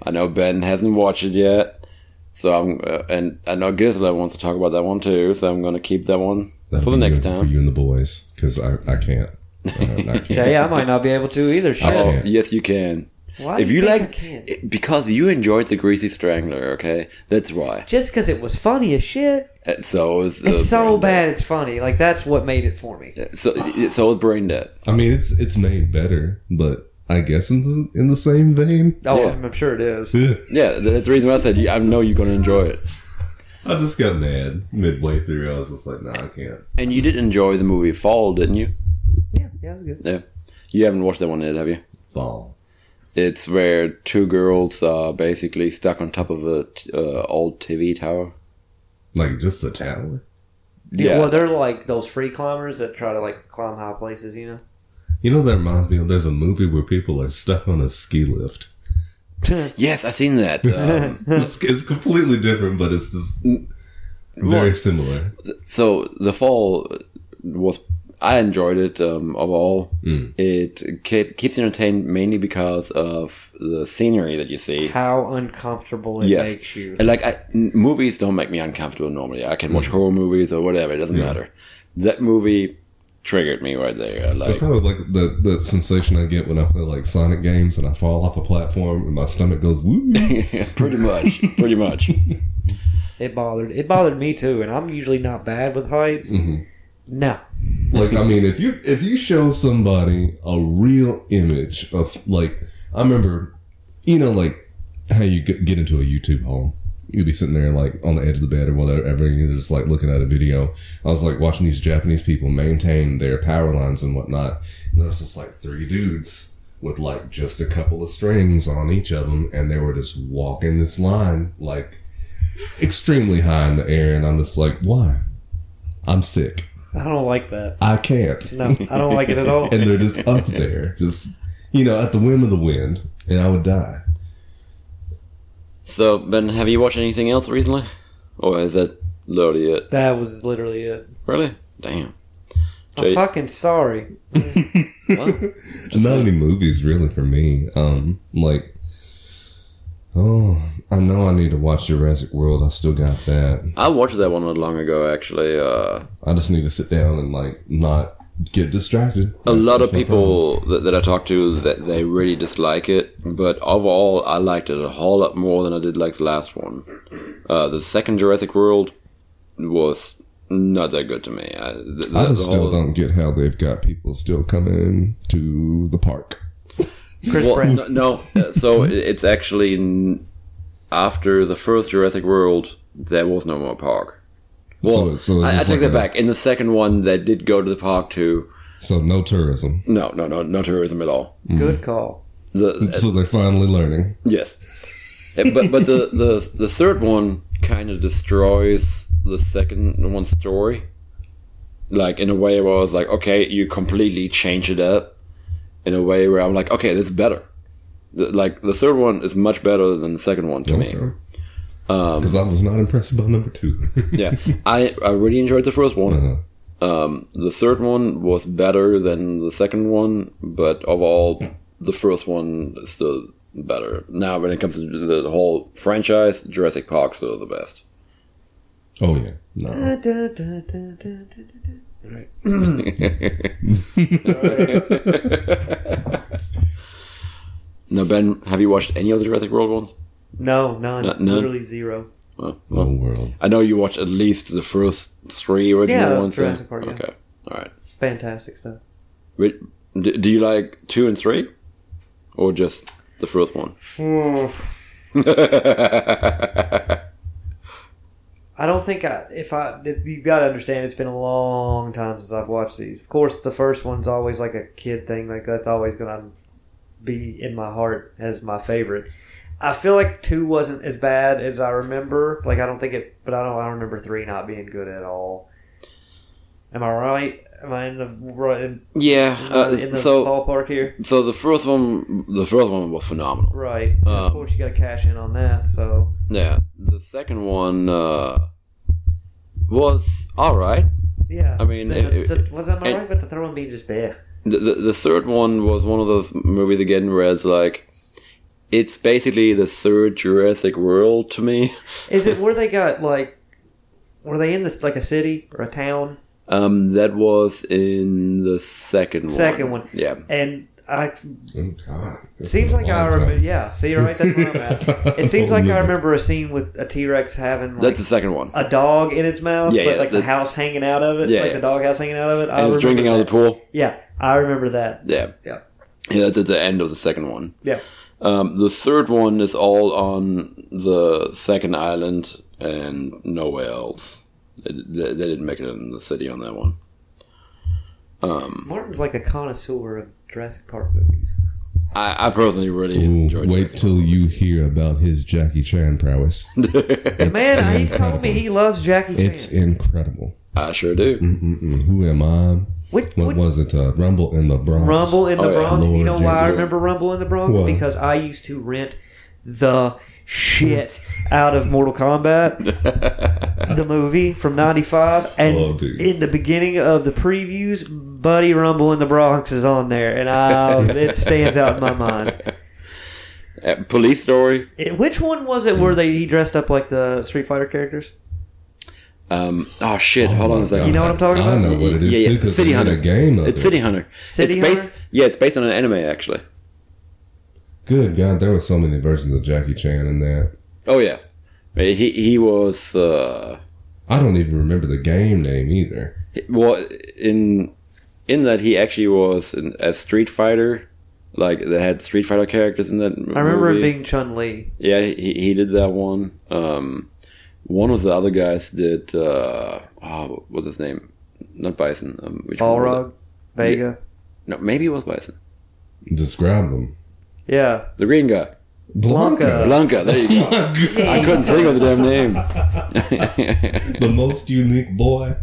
A: I know Ben hasn't watched it yet. So I'm uh, and I know Gizla wants to talk about that one too. So I'm going to keep that one
C: That'll
A: for the
C: be
A: next
C: good
A: time.
C: for you and the boys because I, I can't. I, I can't.
B: Yeah, yeah, I might not be able to either. Shit.
A: Oh,
C: can't.
A: yes, you can.
B: Why
A: if
B: do
A: you
B: think I
A: like,
B: can't?
A: it- because you enjoyed the Greasy Strangler, okay, that's why.
B: just because it was funny as shit.
A: Uh, So it was, uh,
B: It's so
A: brain
B: bad it's funny. Like that's what made it for me.
A: dead. So it- so it's brain dead.
C: I mean, it's it's made better, but I guess in the, in the same vein.
B: Oh,
A: Yeah.
B: I'm, I'm sure it is.
A: Yeah, that's the reason why I said I know you're gonna enjoy it,
C: I just got mad midway through. I was just like, nah, I can't.
A: and you did enjoy the movie Fall, didn't you?
B: Yeah, yeah, it was good.
A: You haven't watched that one yet, have you?
C: Fall.
A: It's where two girls are basically stuck on top of a t- uh, old TV tower.
C: Like, just a tower.
B: Yeah. well, they're like those free climbers that try to like climb high places, you know.
C: You know, that reminds me of there's a movie where people are stuck on a ski lift.
A: yes, I've seen that. Um,
C: It's, it's completely different, but it's just very similar.
A: so the fall was I enjoyed it um, overall.
C: Mm.
A: It kept, keeps you entertained mainly because of the scenery that you see.
B: How uncomfortable it
A: Yes.
B: makes you.
A: And like I n movies don't make me uncomfortable normally. I can watch horror movies or whatever; it doesn't
C: Yeah.
A: matter. That movie triggered me right there. I
C: It's
A: Like
C: probably like the, the sensation I get when I play like Sonic games and I fall off a platform and my stomach goes woo.
A: pretty much, pretty much.
B: It bothered. It bothered me too. And I'm usually not bad with heights.
C: Mhm.
B: No,
C: like I mean, if you if you show somebody a real image of like I remember, you know, like how you get get into a YouTube home. You'd be sitting there like on the edge of the bed or whatever, and you're just like looking at a video. I was like watching these Japanese people maintain their power lines and whatnot, and there's just like three dudes with like just a couple of strings on each of them, and they were just walking this line like extremely high in the air, and I'm just like, why? I'm sick.
B: I don't like that.
C: I can't
B: No, I don't like it at all.
C: and they're just up there, just you know, at the whim of the wind, and I would die.
A: So Ben, have you watched anything else recently, or is that literally it?
B: That was literally it.
A: Really? Damn.
B: I'm
A: Jay-
B: fucking sorry.
C: Not any movies really for me. Um, like, oh, I know I need to watch Jurassic World. I still got that.
A: I watched that one not long ago. Actually, uh,
C: I just need to sit down and like not get distracted.
A: a lot
C: That's
A: of
C: my
A: people
C: problem.
A: that, that I talk to that they really dislike it, but overall I liked it a whole lot more than I did like the last one. Uh, the second Jurassic World was not that good to me. I, th- th-
C: I
A: the
C: just still
A: whole-
C: don't get how they've got people still coming to the park.
B: Chris
A: Well,
B: Pratt.
A: no, no, uh, so it- it's actually n- after the first Jurassic World there was no more park. Well,
C: So- so it's
A: I, I
C: just
A: take
C: like
A: that
C: a-
A: back. In the second one, they did go to the park too.
C: So no tourism.
A: No, no, no, no tourism at all.
B: Good call.
A: The, uh,
C: So they're finally learning.
A: Yes, Uh, but but the the the third one kind of destroys the second one's story, like in a way where I was like, okay, you completely change it up, in a way where I'm like, okay, this is better. The, like the third one is much better than the second one to me.
C: Because I was not impressed by number two.
A: Yeah, I I really enjoyed the first one.
C: Uh-huh.
A: Um, the third one was better than the second one, but overall, the first one is still better. Now, when it comes to the whole franchise, Jurassic Park's still the best.
C: Oh yeah, no.
B: Da, da, da, da, da, da.
A: now, Ben, have you watched any of the Jurassic World ones?
B: No, none.
A: No- none?
B: Literally zero.
A: Well,
C: Whole
A: well,
C: world.
A: I know you watched at least the first three original
B: Yeah,
A: ones.
B: Jurassic
A: then.
B: Park, yeah.
A: Okay.
B: Fantastic stuff.
A: Wait, do, do you like two and three, or just the first one?
B: Hmm. I don't think I. If I, if you've got to understand, it's been a long time since I've watched these. Of course, the first one's always like a kid thing. Like that's always gonna be in my heart as my favorite. I feel like two wasn't as bad as I remember. Like I don't think it, but I don't. I don't remember three not being good at all. Am I right? Am I in the right in,
A: yeah.
B: in,
A: Uh,
B: the
A: so
B: ballpark here? so
A: so the first one, the first one was phenomenal.
B: Right. of
A: Um,
B: course, you got to cash in on that. So
A: Yeah, the second one uh, was all right.
B: yeah.
A: I mean,
B: The-
A: it-
B: the- was am I
A: it-
B: right? But the third one being just bad.
A: The, the the third one was one of those movies again where it's like it's basically the third Jurassic World to me.
B: Is it where they got like? Were they in this like a city or a town?
A: Um, that was in the second one.
B: Second one.
A: Yeah.
B: And I
C: Oh God!
B: it
C: That's
B: seems
C: a
B: like I
C: long
B: remember.
C: time.
B: Yeah. See, right. That's where I'm at. It seems like I remember a scene with a T Rex having like
A: That's the second one.
B: a dog in its mouth,
A: Yeah,
B: but
A: yeah,
B: like the,
A: the-
B: house hanging out of it,
A: Yeah,
B: like
A: yeah.
B: the dog house hanging out of it. I
A: And it's
B: remember
A: drinking out of
B: that.
A: the pool.
B: Yeah, I remember that.
A: Yeah.
B: Yeah.
A: Yeah, that's at the end of the second one.
B: Yeah.
A: Um, the third one is all on the second island and nowhere else. They, they, they didn't make it in the city on that one. Um,
B: Martin's like a connoisseur of Jurassic Park movies.
A: I, I personally really
C: Ooh,
A: enjoyed.
C: wait till you hear about his Jackie Chan prowess.
A: you.
B: Man, he's
C: incredible.
B: told me he loves Jackie Chan.
C: It's incredible.
A: I sure do.
C: Mm-mm-mm. Who am I?
B: Which-
C: What
B: which-
C: was it? Uh, Rumble in the Bronx.
B: Rumble in the
A: Oh, yeah.
B: Bronx. you
C: Lord
B: know why I
C: Jesus.
B: remember Rumble in the Bronx?
C: Why?
B: Because I used to rent the shit out of Mortal Kombat, the movie from '95, and
C: Oh, dude.
B: in the beginning of the previews, Buddy Rumble in the Bronx is on there, and I, Oh, it stands out in my mind.
A: Uh, police story.
B: It- which one was it where they he dressed up like the Street Fighter characters?
A: Um, oh shit!
C: Oh
A: hold on
C: my
A: a second.
C: God.
B: You know what I'm talking
C: I
B: about?
C: know what it is
A: Yeah, yeah.
C: too because
A: City
C: they made a
A: Hunter.
C: game of
A: It's
C: it.
A: City Hunter.
B: City
A: it's based.
B: Hunter?
A: Yeah, it's based on an anime actually.
C: Good God, there were so many versions of Jackie Chan in that.
A: Oh yeah, he he was uh,
C: I don't even remember the game name either.
A: well in in that he actually was in, a Street Fighter. Like they had Street Fighter characters in that.
B: I remember
A: movie.
B: it being Chun Li.
A: Yeah, he, he did that one. Um, one of the other guys did. Uh, oh, what's his name? Not Bison. Um, which one was it?
B: Balrog, Vega.
A: No, maybe it was Bison.
C: Describe them.
B: Yeah.
A: The green guy.
B: Blanca.
A: Blanca. There you go.
C: My God.
A: I couldn't think of the damn name.
C: the most unique boy.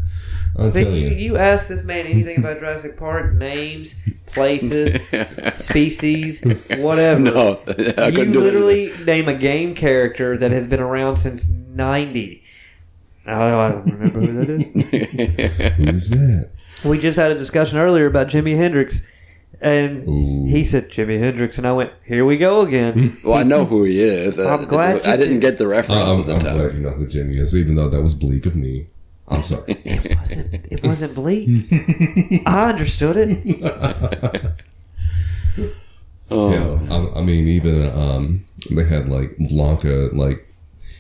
C: I'll
B: See,
C: tell
B: you,
C: you.
B: you ask this man anything about Jurassic Park, names, places, species, whatever.
A: no, I
B: you
A: couldn't do
B: literally name a game character that has been around since 90. Oh, I don't remember who that is.
A: that. either.
C: Who's that?
B: We just had a discussion earlier about Jimi Hendrix, and
C: Ooh.
B: he said Jimi Hendrix, and I went, here we go again.
A: well, I know who he is. I-
B: I'm glad
A: I
B: you
A: didn't
B: did.
A: get the reference
C: Uh, I'm,
A: at the
C: I'm
A: time.
C: glad you know who Jimmy is, even though that was bleak of me. I'm sorry.
B: it wasn't. It wasn't bleak. I understood it.
A: Oh.
C: Yeah, I, I mean, even um, they had like Blanca, like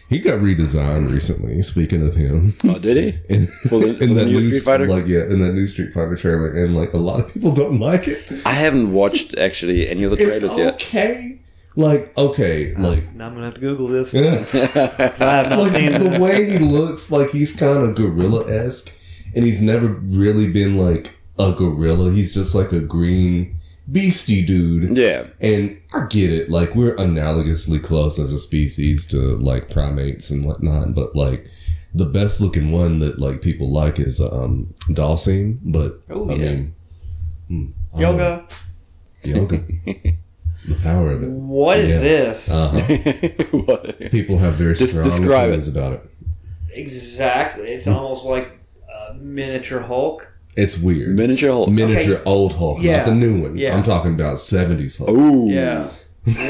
C: he got redesigned recently. Speaking of him,
A: Oh, did he?
C: in,
A: For the- for the new Street Fighter?
C: like yeah, in that new Street Fighter trailer, and like a lot of people don't like it.
A: I haven't watched actually any of the
C: It's
A: trailers yet.
C: okay, like okay, like.
B: Now I'm gonna have to Google this.
C: Yeah.
B: 'cause I have not seen
C: Like the
B: it.
C: way he looks, like he's kind of gorilla esque, and he's never really been like a gorilla. He's just like a green beastie dude.
A: Yeah,
C: And I get it, like we're analogously close as a species to like primates and whatnot, but like the best looking one that like people like is um Dalsim, but
B: Oh,
C: I
B: yeah.
C: mean hmm, I don't know.
B: Yoga.
C: Yoga. the power
A: Um,
C: of it.
B: What is
C: Yeah.
A: Uh,
B: this?
C: Uh-huh.
A: What?
C: People have very
A: Just
C: strong
A: describe it.
C: opinions about it.
B: Exactly. It's almost like a miniature Hulk.
C: It's weird.
A: miniature Hulk.
C: Miniature old Hulk,
B: Yeah.
C: not the new one.
B: Yeah.
C: I'm talking about 70s Hulk.
A: Ooh,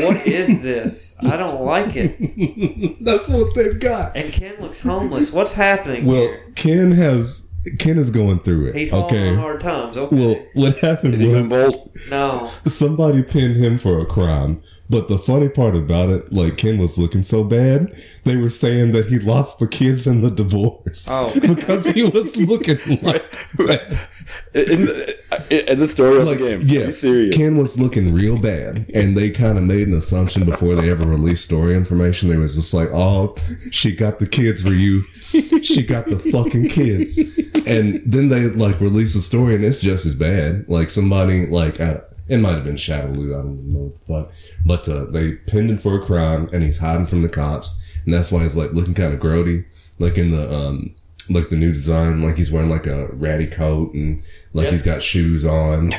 B: What is this? I don't like it.
C: That's what they've got.
B: And Ken looks homeless. What's happening?
C: Well,
B: here?
C: Ken has Ken is going through it.
B: he's falling
C: okay.
B: on hard times. Okay.
C: Well, what happened
A: Is he
C: was
A: even bold?
B: no.
C: somebody pinned him for a crime. But the funny part about it, like Ken was looking so bad, they were saying that he lost the kids in the divorce
B: Oh.
C: because he was looking like that.
A: In the, in the story of
C: Like,
A: the game. Are you
C: yes,
A: serious?
C: Ken was looking real bad, and they kind of made an assumption before they ever released story information. They was just like, "Oh, she got the kids for you. She got the fucking kids." And then they like released the story, and it's just as bad. Like somebody like I, it might have been Shadowloo. I don't know what the fuck, but uh, they pinned him for a crime, and he's hiding from the cops, and that's why he's like looking kind of grody, like in the um. Like the new design, like he's wearing like a ratty coat and like
B: Yeah.
C: he's got shoes on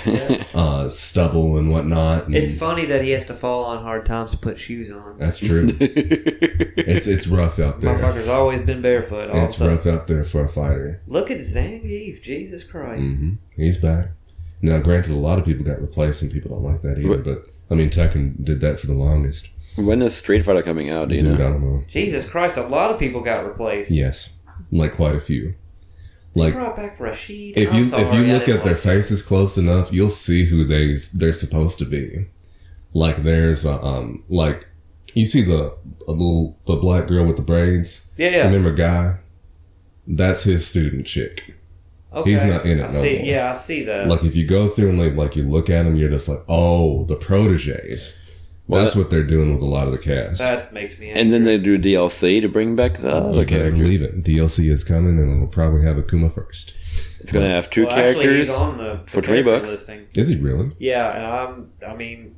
C: uh, stubble and whatnot. And
B: It's funny that he has to fall on hard times to put shoes on.
C: that's true. it's it's rough out there.
B: Motherfucker's always been barefoot. All
C: It's
B: stuff.
C: rough out there for a fighter.
B: Look at Zangief. Jesus Christ.
C: hmm He's back. Now, granted, a lot of people got replaced, and people don't like that either. But I mean, Tekken did that for the longest.
A: When is Street Fighter coming out? Do you
C: Dude, I
A: know?
C: don't know.
B: Jesus Christ, a lot of people got replaced.
C: Yes, like quite a few. Like
B: they brought back Rashid.
C: if
B: I'm
C: you
B: sorry,
C: if you
B: I
C: look
B: didn't
C: at their
B: like that.
C: faces close enough, you'll see who they they're supposed to be. Like there's a, um like you see the a little the black girl with the braids.
B: yeah, yeah,
C: Remember guy? That's his student chick.
B: okay.
C: he's not in it
B: I
C: no
B: see,
C: more.
B: Yeah, I see that.
C: Like if you go through and like, like you look at them, you're just like, oh, the proteges.
A: Well,
C: That's what they're doing with a lot of the cast.
B: that makes me.
A: And then they do DLC to bring back the other
C: You better
A: characters.
C: believe it. DLC is coming, and it'll probably have Akuma first.
A: It's gonna have two
B: well, Actually,
A: characters.
B: he's on the
A: for 20
B: character
A: bucks.
B: listing.
C: Is he really?
B: Yeah, and I'm. I mean,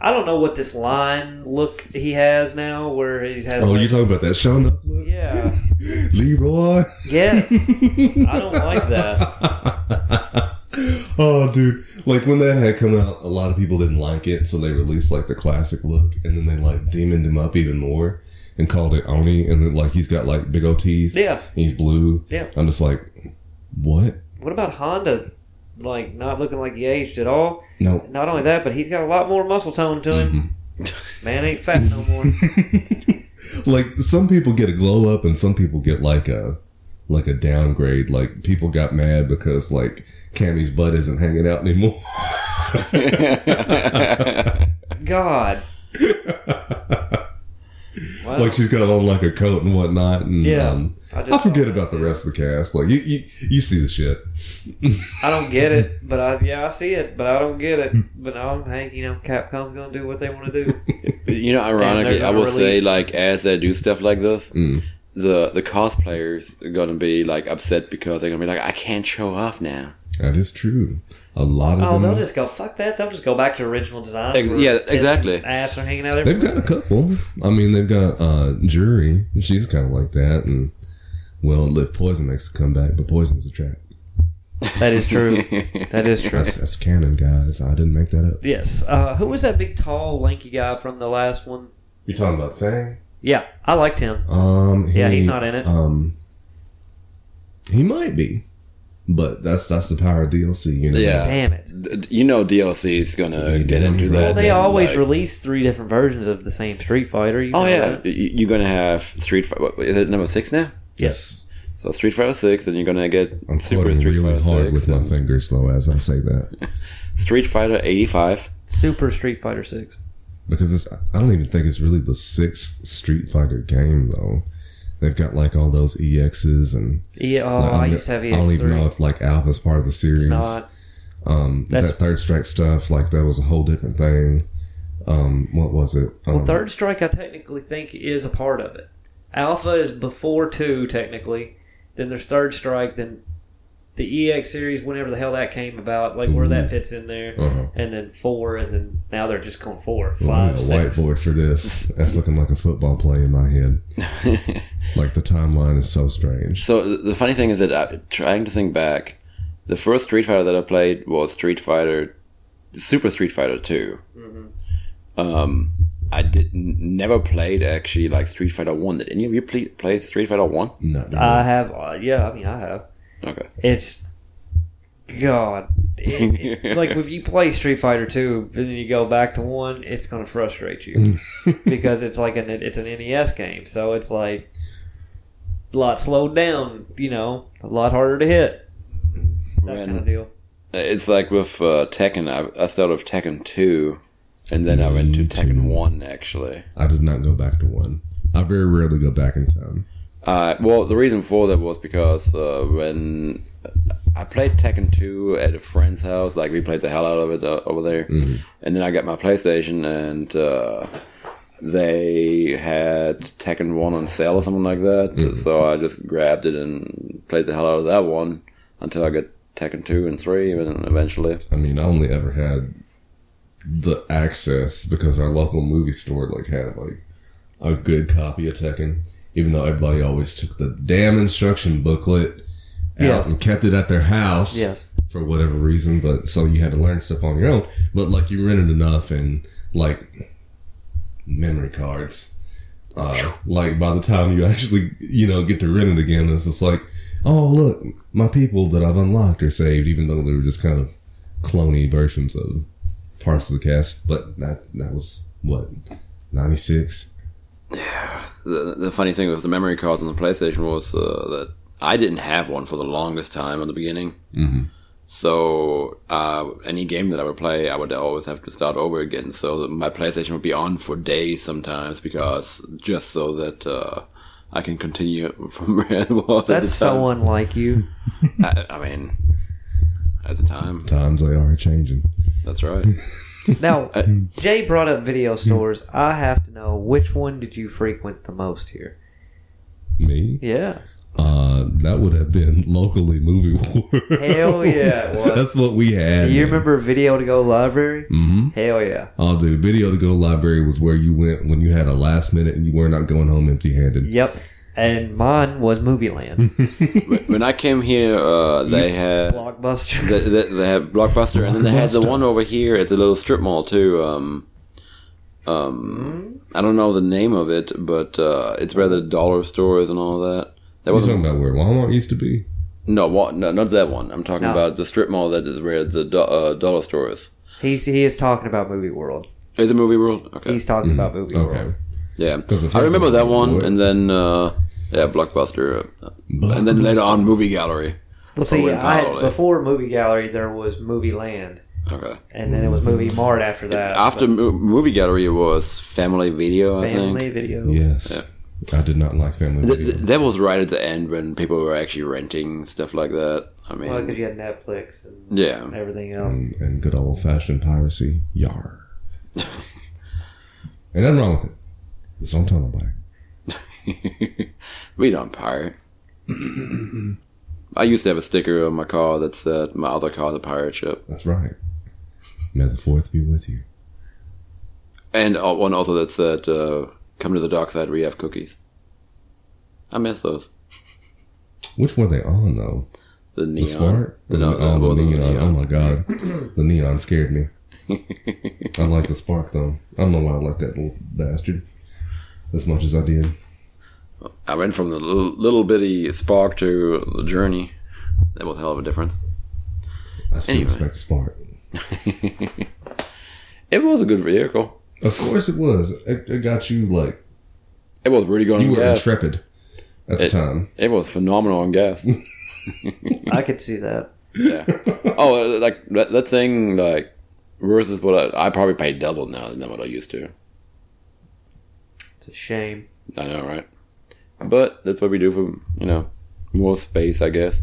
B: I don't know what this line look he has now, where he has.
C: Oh,
B: like-
C: you talking about that Sean? Up look?
B: Yeah.
C: Leroy.
B: Yes.
C: I
B: don't like
C: that. oh, dude! Like when that had come out, a lot of people didn't like it, so they released like the classic look, and then they like demoned him up even more and called it Oni, and then like he's got like big old teeth.
B: yeah.
C: and he's blue.
B: Yeah.
C: I'm just like, what?
B: What about Honda? Like not looking like he aged at all.
C: No. Mm-hmm.
B: Not only that, but he's got a lot more muscle tone to him. Man ain't fat no more.
C: like some people get a glow up and some people get like a like a downgrade like people got mad because like cammy's butt isn't hanging out anymore
B: God. Wow.
C: like she's got on like a coat and whatnot and
B: Yeah.
C: um,
B: I,
C: i forget about the rest of the cast like you you, you see the shit
B: I don't get
C: Mm-hmm.
B: it, but I yeah I see it, but I don't get it. But I'm hey, you know, Capcom's gonna do what they want to do.
A: you know, ironically,
B: And
A: I
B: they're
A: will
B: gonna
A: say,
B: release-
A: like, as they do stuff like this,
C: Mm.
A: the the cosplayers are gonna be like upset because they're gonna be like, I can't show off now.
C: that is true a lot of
B: Oh,
C: them
B: they'll just go fuck that. They'll just go back to original design.
A: Ex-
B: where
A: yeah,
B: tits
A: exactly.
B: and Ass are hanging out
C: They've
B: everywhere.
C: got a couple. I mean, they've got uh, Jury. She's kind of like that, and well, Live Poison makes a comeback, but Poison's a trap.
B: That is true. that is true.
C: That's, that's canon, guys. I didn't make that up.
B: Yes. Uh, who was that big, tall, lanky guy from the last one?
C: You're talking about Fang?
B: Yeah, I liked him.
C: Um, he-
B: Yeah, he's not in it.
C: Um, he might be, but that's that's the power of DLC. You know?
A: Yeah.
B: Damn it.
A: D- You know, DLC is gonna
C: You
A: get
C: know,
A: into
C: you're
A: that.
B: Well, they
A: and,
B: always
A: like-
B: release three different versions of the same Street Fighter. You
A: Oh
B: know
A: yeah,
B: that.
A: You- you're gonna have Street Fighter. What, is it number six now?
C: Yes.
A: So Street Fighter Six, and you're gonna get
C: I'm
A: Super
C: quoting
A: Street
C: really
A: Fighter
C: hard
A: Six,
C: with my
A: and
C: fingers, though, as I say that,
A: Street Fighter eighty five.
B: Super Street Fighter Six.
C: because it's, I don't even think it's really the sixth Street Fighter game, though. They've got like all those EXs and
B: Yeah, oh,
C: Like,
B: I
C: don't-
B: used to have
C: I don't even know
B: EX3.
C: if like Alpha's part of the
B: It's
C: series.
B: not.
C: Um,
B: That's-
C: that third strike stuff, like that was a whole different thing. Um, what was it? Um,
B: Well, Third Strike, I technically think is a part of it. Alpha is before two, technically. Then there's Third Strike. Then the EX series, whenever the hell that came about, like where that fits in there.
C: Uh-huh.
B: And then four, and then now they're just going four,
C: Well, I
B: five,
C: need a
B: six.
C: whiteboard for this. That's looking like a football play in my head. Like the timeline is so strange.
A: so th- the funny thing is that I, trying to think back, the first Street Fighter that I played was Street Fighter, Super Street Fighter 2
B: Mm-hmm.
A: Um, I did n- never played actually like Street Fighter One. Did any of you play, play Street Fighter One?
C: Not really.
B: I have, uh, yeah, I mean, I have.
A: Okay.
B: It's God. It- it- like if you play Street Fighter Two and then you go back to one, it's going to frustrate you
A: Mm.
B: because it's like an it's an NES game, so it's like a lot slowed down. You know, a lot harder to hit. That kind of
A: When
B: deal.
A: it's like with uh, Tekken, I, I started with Tekken Two, and then I went to
C: Me
A: Mm, Tekken
C: too.
A: One actually.
C: I did not go back to one. I very rarely go back in time.
A: Uh, well, the reason for that was because uh, when I played Tekken 2 at a friend's house, like we played the hell out of it uh, over there,
C: Mm-hmm.
A: and then I got my PlayStation and uh, they had Tekken 1 on sale or something like that, so I just grabbed it and played the hell out of that one until I got Tekken 2 and 3 and eventually.
C: I mean, I only ever had the access because our local movie store like had like a good copy of Tekken, even though everybody always took the damn instruction booklet out
B: Yes.
C: and kept it at their house
B: Yes.
C: for whatever reason. But so you had to learn stuff on your own. But like you rented enough and like memory cards. Uh, like by the time you actually you know get to rent it again, it's just like, oh look, my people that I've unlocked are saved, even though they were just kind of cloney versions of parts of the cast, but that that was what 96.
A: The, the funny thing with the memory cards on the PlayStation was uh, that I didn't have one for the longest time in the beginning.
C: Mhm.
A: So uh, any game that I would play, I would always have to start over again. So my PlayStation would be on for days sometimes because just so that uh, I can continue from where it was. at the
B: That's
A: time.
B: so unlike you.
A: I, I mean, at the time,
C: Times they are changing.
A: that's right.
B: Now,
A: Uh,
B: Jay brought up
A: Mm.
B: video stores. I have to know which one did you frequent the most here?
C: Me?
B: Yeah.
C: Uh, that would have been locally movie war.
B: Hell yeah, it was.
C: That's what we had.
B: Do you remember Video to Go Library?
C: hmm
B: Hell yeah.
C: Oh, dude, video to go library was where you went when you had a last minute and you were not going home empty handed.
B: Yep. And mine was Movie Land.
A: When- when I came here, uh, they had
B: Blockbuster.
A: they, they, they had Blockbuster, and then they had the
C: Blockbuster.
A: one over here at the little strip mall too. Um, um, I don't know the name of it, but uh, it's where the dollar stores and all that. That
C: What you
A: wasn't
C: talking about where Walmart used to be?
A: No, wa- no, not that one. I'm talking
B: No.
A: about the strip mall that is where the do- uh, dollar store is.
B: He's, he is talking about Movie World.
A: Is the movie world? Okay,
B: He's talking about Movie World.
C: Mm-hmm. Okay.
A: yeah.
C: 'Cause the first
A: I remember
C: one
A: that
C: was
A: one,
C: Blockbuster.
A: and then uh, yeah, blockbuster, uh, and then later on, movie gallery.
B: Well, see,
A: Owen
B: I had-
A: Powell, eh?
B: before Movie Gallery, there was Movie Land.
A: Okay.
B: And then it was Movie Mart after that.
A: After mo- movie gallery was family video. I
B: Family
A: think
B: Video.
C: Yes. I did not like family
A: Th-
C: video.
A: th- that was right at the end when people were actually renting stuff like that. I mean,
B: Well, because you had Netflix and
A: yeah,
B: everything else.
C: and, Um, and good old fashioned piracy. Yar. Ain't nothing wrong with it. Just don't tell nobody.
A: we don't pirate. I used to have a sticker on my car that said my other car, the pirate ship.
C: That's right. May the fourth be with you.
A: And uh, one also that said, uh, "Come to the dark side, we have cookies." I miss those.
C: Which were they on though?
A: The
C: The
A: neon.
C: smart?
A: The, no,
C: oh,
A: well,
C: the
A: the
C: neon. Oh
A: neon.
C: my god. the neon scared me. I like the spark though. I don't know why I like that little bastard as much as I did.
A: I went from the little, little bitty spark to the journey. That was a hell of a difference.
C: I still
A: Anyway.
C: expect spark.
A: It was a good vehicle.
C: Of course it was. It, it got you like
A: It was really going
C: you
A: on
C: were
A: gas.
C: intrepid at the
A: Oh, It-
C: time.
A: it was phenomenal on gas.
B: I could see that.
A: yeah. Oh, uh, like that, that thing, like versus what I, I probably pay double now than what I used to.
B: It's a shame.
A: I know, right? But that's what we do for you know more space, I guess.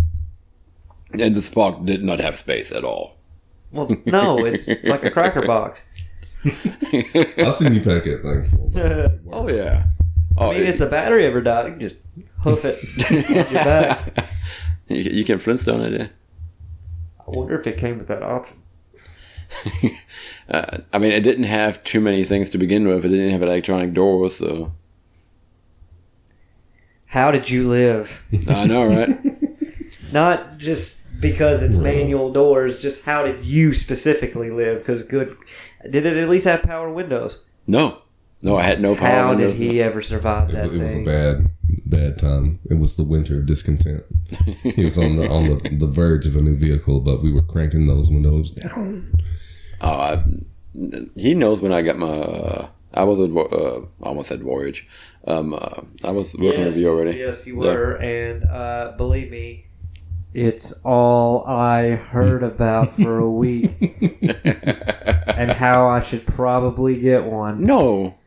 A: And the Spock did not have space at all.
B: Well, no, it's like a cracker box.
C: I seen you pack that thing full.
A: oh yeah. Oh,
B: I mean, if the battery ever died, you can just hoof it.
A: it-
B: your back.
A: you, you can Flintstone it. Yeah.
B: I wonder if it came with that option.
A: Uh, I mean, it didn't have too many things to begin with. It didn't have electronic doors, so
B: How did you live?
A: I know, right?
B: Not just because it's manual doors, just how did you specifically live? Because good. Did it at least have power windows?
A: No, no, I had no power.
B: How did
A: windows.
B: he ever survive
C: It,
B: that
C: wa- it was a
B: thing?
C: bad, bad time. It was the winter of discontent. He was on the on the, the verge of a new vehicle, but we were cranking those windows down.
A: Oh, I, he knows when I got my. Uh, I was at, Vo- uh, I almost said voyage. Um, uh, I was working with you already.
B: Yes, you
A: Yeah.
B: were, and uh, believe me, it's all I heard about for a week, and how I should probably get one.
A: no,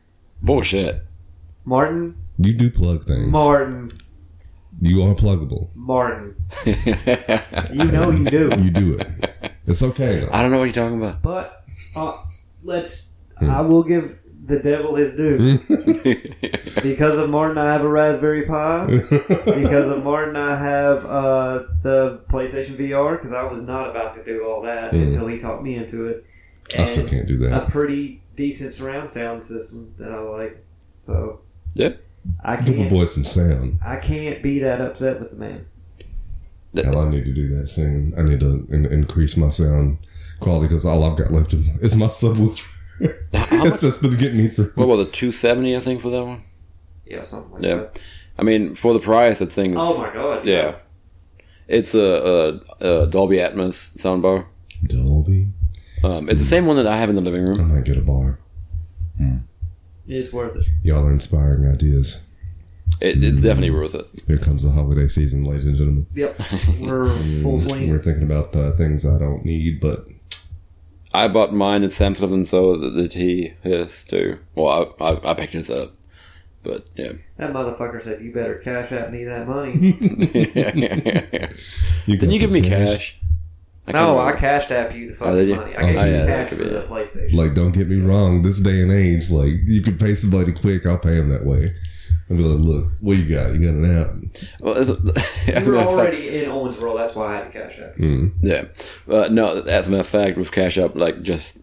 A: bullshit.
B: Martin,
C: You do plug things.
B: Martin,
C: You are pluggable.
B: Martin. You know you do.
C: You do it. It's okay. Though.
A: I don't know what you're talking about.
B: But uh, let's.
C: Hmm.
B: I will give the devil his due because of Martin. I have a Raspberry Pi. Because of Martin, I have uh, the PlayStation VR because I was not about to do all that
C: Mm.
B: until he talked me into it.
C: I still can't do
B: a
C: that.
B: pretty decent surround sound system that I like. So
A: Yep.
B: I
C: Give a
B: can't
C: boy some sound.
B: I can't be that upset with the man.
C: Hell, I need to do that soon. I need to in- increase my sound quality because all I've got left is is my subwoofer. it's just been getting me through.
A: What was it? Two seventy, I think, for that one.
B: Yeah, something like
A: Yeah.
B: that.
A: I mean, for the price, that thing's.
B: Oh my god.
A: Yeah. It's a, a, a Dolby Atmos soundbar.
C: Dolby.
A: Um, it's the same one that I have in the living
C: I
A: room.
C: might get a bar.
B: It's worth it.
C: Y'all are inspiring ideas.
A: It, it's definitely worth it.
C: Here comes the holiday season, ladies and gentlemen.
B: Yep. We're full
C: Mm, We're
B: swing.
C: thinking about uh, things I don't need, but
A: I bought mine at Sam's Club, and so did he his too. Well, I, I, I picked his up, but yeah.
B: That motherfucker said, "You better cash out me that money."
A: Didn't
C: you
A: you give me cash? can't
B: no, I
A: remember.
B: cashed app you the fucking
A: did you?
B: money. I
C: Oh,
B: gave you
A: yeah, that
B: cash
A: could
B: for
A: be
B: the
A: it.
B: PlayStation.
C: Like, don't get me wrong. This day and age, like, you can pay somebody quick. I'll pay them that way. I'll be like, look, what you got? You got an app?
A: Well, as a- as a
B: you
A: matter
B: were
A: of fact-
B: already in Owen's world. That's why I had to cash app. you.
C: Mm.
A: Yeah. Uh, no, as a matter of fact, with Cash App, like just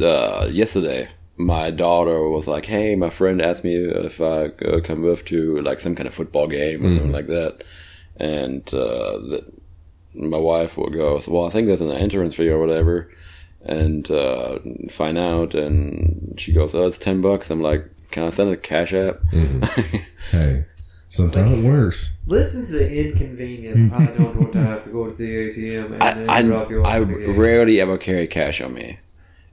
A: uh, yesterday, my daughter was like, "Hey, my friend asked me if I could come with to like some kind of football game or something like that," and uh, th my wife will go, "Well, I think there's an entrance fee or whatever," and uh, find out, and she goes, "Oh, it's ten bucks." I'm like, "Can I send a Cash App?"
C: Mm-hmm. Hey, sometimes it works.
B: Listen to the inconvenience. I don't want to have to go to the ATM and then
A: I,
B: drop you off.
A: I, I
B: at the gate.
A: rarely ever carry cash on me.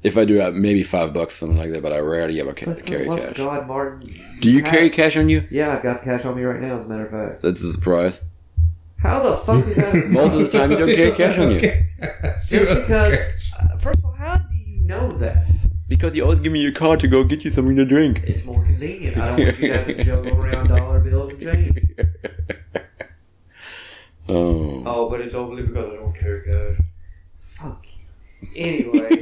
A: If I do, uh, maybe five bucks, something like that. But I rarely ever ca-
B: But for
A: carry
B: the love of
A: cash.
B: God, Martin.
A: Do you
B: have-
A: carry cash on you?
B: Yeah, I've got cash on me right now. As a matter of fact.
A: That's a surprise.
B: How the fuck is that?
A: Most of the time, you don't carry cash on you.
B: Just because- Uh, First of all, how do you know that?
A: Because you always give me your card to go get you something to drink.
B: It's more convenient. I don't want you to have to juggle around dollar bills and change.
A: Oh.
B: Oh, but it's only because I don't carry cash. Fuck you. Anyway,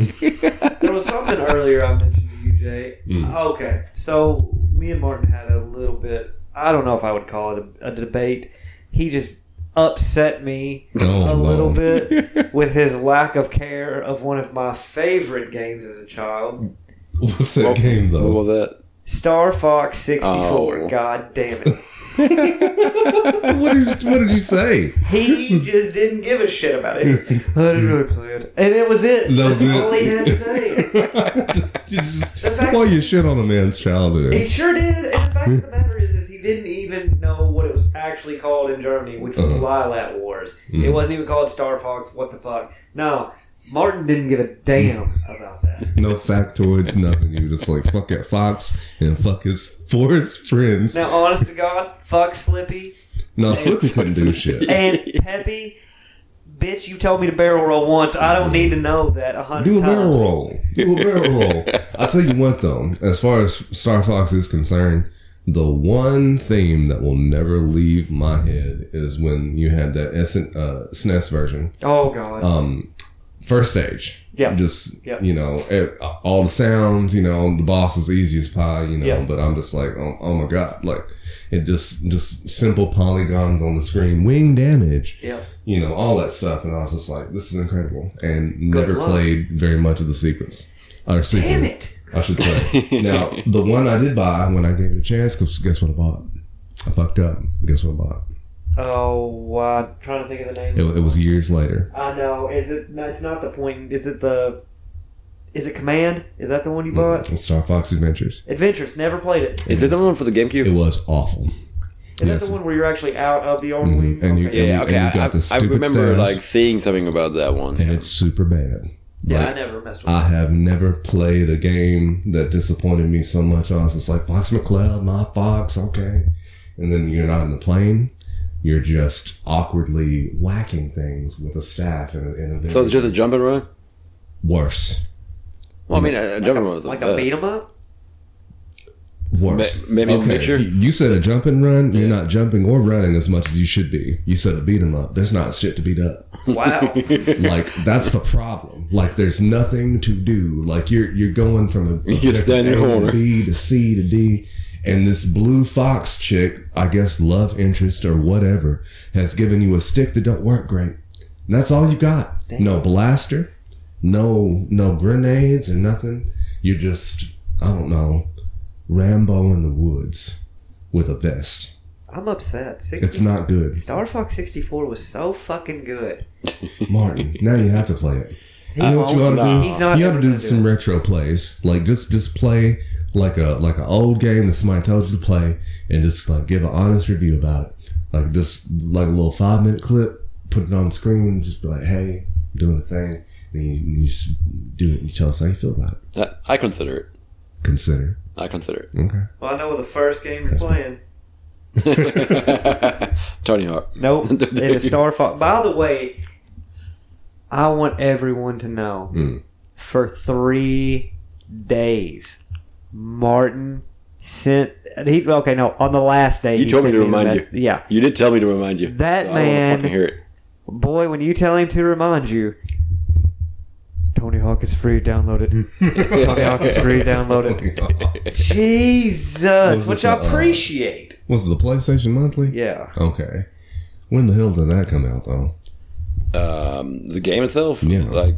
B: there was something earlier I mentioned to you, Jay.
C: Mm.
B: Okay, so me and Martin had a little bit. I don't know if I would call it a, a debate. He just upset me
C: Oh,
B: a little
C: Lord.
B: bit. with his lack of care of one of my favorite games as a child,
C: What's that
A: What-
C: game though?
A: What was that?
B: Star Fox 64.
A: Oh.
B: God damn it.
C: what, did you, what did you say?
B: He just didn't give a shit about it. He was, I didn't really play it. And it was it.
C: That was
B: That's all
C: it.
B: he had to say.
C: you just,
B: That's actually-
C: well, you shit on a man's
B: He
C: childhood.
B: sure did. And the fact of the matter is, is he didn't even know what it was actually called in Germany, which was
C: Uh-huh.
B: Lilat Wars.
C: Mm.
B: It wasn't even called Star Fox. What the fuck? No. Martin didn't give a damn about that.
C: No factoids, nothing. You were just like fuck it, Fox, and fuck his forest friends.
B: Now, honest to God, fuck Slippy.
C: No, Slippy couldn't do shit.
B: And Peppy, bitch, you told me to barrel roll once. I don't need to know that a hundred
C: Do a
B: times.
C: barrel roll. Do a barrel roll. I'll tell you what though, as far as Star Fox is concerned, the one theme that will never leave my head is when you had that SN, uh, SNES version
B: Oh god.
C: um first stage
B: Yeah.
C: just
B: Yeah.
C: you know it, all the sounds you know the boss is easy as pie you know
B: Yeah.
C: but i'm just like oh, oh my god like it just just simple polygons on the screen wing damage
B: yeah.
C: you know all that stuff and i was just like this is incredible and never
B: luck.
C: played very much of the sequence or sequence,
B: Damn it.
C: i should say now the one i did buy when i gave it a chance 'cause guess what i bought i fucked up guess what i bought
B: Oh, uh, trying to think of the name.
C: it, it was years later
B: I know. Is it? No, it's not the point. Is it the? Is it Command? Is that the one you bought?
C: star fox adventures
B: Adventures. Never played it.
A: Is it the one for the
C: it
A: GameCube?
C: was awful
B: Is
C: Yes.
B: that the one where you're actually out of the army?
C: Mhm. And you-
B: Okay.
C: and
A: Yeah, okay.
C: you
A: I,
C: got the
A: I
C: stupid
A: remember
C: stairs.
A: like seeing something about that one.
C: and it's super bad.
B: yeah, I
C: Like,
B: never messed with.
C: I have never played a game that disappointed me so much. I was just like, Fox McCloud, my Fox, okay. And then you're not in the plane. You're just awkwardly whacking things with a staff and, and a
A: so it's just a jump and run.
C: worse.
A: Well, I mean, a, a jump and run
B: it.
A: is
B: Like
A: bad.
B: a beat 'em up.
C: Worse.
A: Ma- maybe a picture?
C: You said a jump and run. You're
A: Yeah.
C: not jumping or running as much as you should be. You said a beat 'em up. There's not shit to beat up.
B: Wow.
C: like that's the problem. Like there's nothing to do. Like you're you're going from a
A: You're standing
C: A to
A: corner.
C: B to C to D, and this blue fox chick, I guess love interest or whatever, has given you a stick that don't work great. And that's all you got. No blaster, no no grenades or nothing. You're just I don't know, Rambo in the woods with a vest.
B: I'm upset. 60,
C: It's not good,
B: Star Fox 64 was so fucking good.
C: Martin. now you have to play it.
B: He
C: You know what you
B: won't-
C: ought to do?
B: He's not
C: you ought
B: ever
C: to do
B: gonna
C: some
B: it.
C: retro plays. Like just just play like a like an old game that somebody told you to play, and just like give an honest review about it. Like just like a little five minute clip, put it on the screen, just be like, "Hey, doing the thing." Then you, you just do it. and You tell us how you feel about it.
A: I, I consider it.
C: consider?
A: I consider
C: Okay.
D: Well, I know the first game you're
C: That's-
D: playing.
A: it. Tony Hawk.
B: Nope. it is Star Fox.
D: By the way,
B: I want everyone to know
C: Mm.
B: for three days, Martin sent. He, okay, no, on the last day.
A: You
B: he
A: told me
B: sent
A: to
B: the
A: remind
B: mess- Yeah.
A: You did tell me to remind you.
B: That
A: I don't wanna
B: man-
A: fucking hear it.
B: Boy, when you tell him to remind you, Tony Hawk is free, download it. Tony Hawk is free, download it.
C: What was
B: Jesus, which
C: it,
B: I
C: uh,
B: appreciate.
C: Was it the PlayStation Monthly?
B: Yeah.
C: Okay. When the hell did that come out though?
A: Um, the game itself,
C: Yeah.
A: like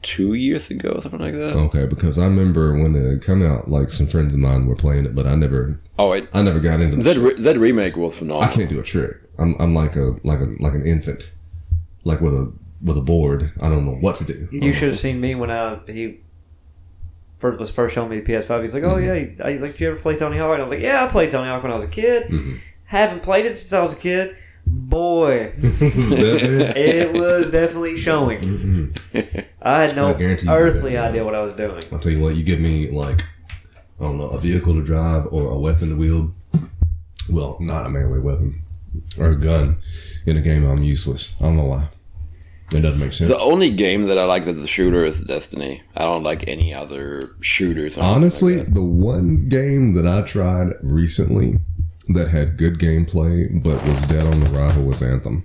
A: two years ago, something like that. Oh,
C: Okay, because I remember when it come out, like some friends of mine were playing it, but I never,
A: it,
C: I never got into.
A: Oh, that
C: The
A: re- that remake was
C: I
A: phenomenal.
C: can't do a trick. I'm, I'm like a, like a, like an infant, like with a, with a board. I don't know what to do. Um,
B: You should have seen me when I he first, was first showing me the PS5. He's like,
C: Mm-hmm.
B: "Oh yeah, you- I, like, did you ever play Tony Hawk?" And I was like, "Yeah, I played Tony Hawk when I was a kid.
C: Mhm.
B: Haven't played it since I was a kid. Boy,
C: That bad?
B: it was definitely showing.
C: Mhm.
B: I had no
C: I guarantee you
B: earthly
C: did.
B: idea what I was doing.
C: I'll tell you what. You give me like, I don't know, a vehicle to drive or a weapon to wield. Well, not a melee weapon or a gun in a game. I'm useless. I don't know why. It doesn't make sense.
A: The only game that I like that's a shooter is Destiny. I don't like any other shooters. or anything like
C: Honestly,
A: that.
C: the one game that I tried recently that had good gameplay but was dead on arrival was Anthem.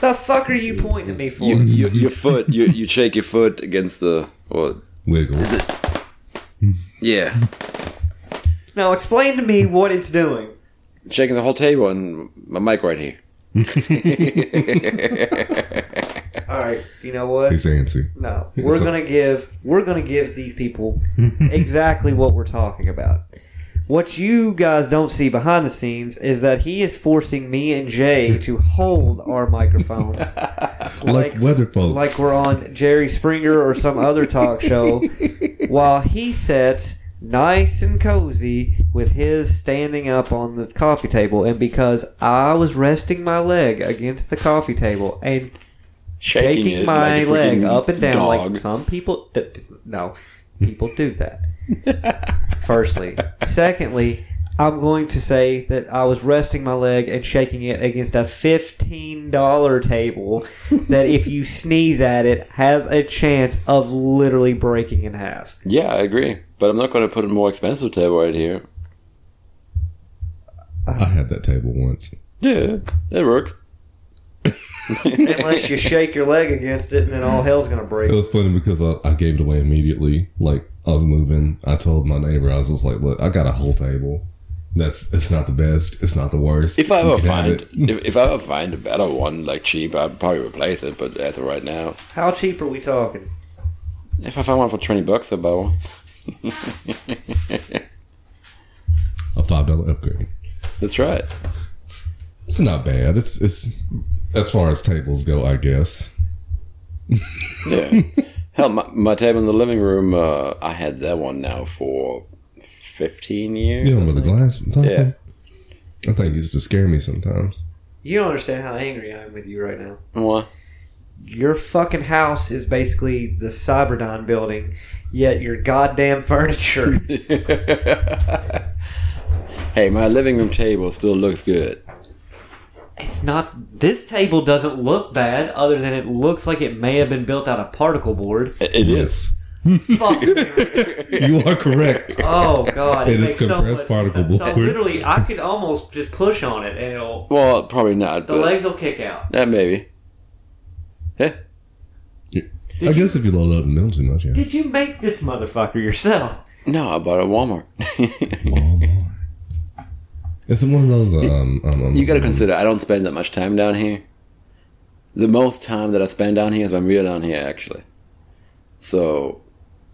D: the fuck are you pointing at me for?
A: you, you, your foot, you, you shake your foot against the. Well,
C: Wiggles.
A: yeah,
D: Now explain to me what it's doing.
A: shaking the whole table and my mic right here.
D: All right, you know what?
C: He's antsy.
D: No, we're
C: So-
D: gonna give we're gonna give these people exactly what we're talking about. What you guys don't see behind the scenes is that he is forcing me and Jay to hold our microphones
C: Like,
D: like-
C: weather folks.
D: like we're on Jerry Springer or some other talk show, while he sits nice and cozy with his standing up on the coffee table. And because I was resting my leg against the coffee table and
A: Shaking,
D: shaking
A: it
D: my
A: like a
D: leg
A: freaking
D: up and down
A: Dog.
D: like some people d- no people do that firstly secondly i'm going to say that i was resting my leg and shaking it against a $15 table that if you sneeze at it has a chance of literally breaking in half
A: yeah, I agree, but I'm not going to put a more expensive table right here.
C: I had that table once.
A: Yeah, that works.
D: unless you shake your leg against it and then all hell's going to break
C: It was funny because I, I gave it away immediately. Like I was moving, I told my neighbor, I was just like, "Look, I got a whole table. That's it's not the best. It's not the worst.
A: If I
C: You
A: ever
C: can have
A: find
C: it."
A: if, if I ever find a better one like cheap, I'd probably replace it. But as of right now,
D: how cheap are we talking
A: if I find one for twenty bucks, I'll buy one.
C: a five dollar upgrade,
A: That's right.
C: it's not bad. It's it's as far as tables go, I guess.
A: Yeah. Hell, my, my table in the living room, uh, I had that one now for fifteen years.
C: You
A: or
C: know, with a
A: something.
C: glass top.
A: Yeah.
C: That thing used to scare me sometimes.
D: you don't understand how angry i am with you right now
A: What?
D: your fucking house is basically the Cyberdyne building, yet your goddamn furniture.
A: hey, my living room table still looks good.
B: It's not. This table doesn't look bad, other than it looks like it may have been built out of particle board.
A: I- It is.
B: Fuck.
C: you are correct.
B: Oh god,
C: It is
B: makes so
C: compressed
B: much
C: particle
B: sense. So
C: board.
B: literally, I could almost just push on it, and it'll
A: Well, probably not.
B: the
A: but
B: legs will kick out.
A: Yeah, maybe.
C: I guess if you load up the mill too much, yeah.
B: Did you make this motherfucker yourself?
A: No, I bought it at Walmart.
C: Walmart. It's one of those. Um, um, um,
A: you got to
C: um,
A: consider, I don't spend that much time down here. The most time that I spend down here is when we're down here, actually. So,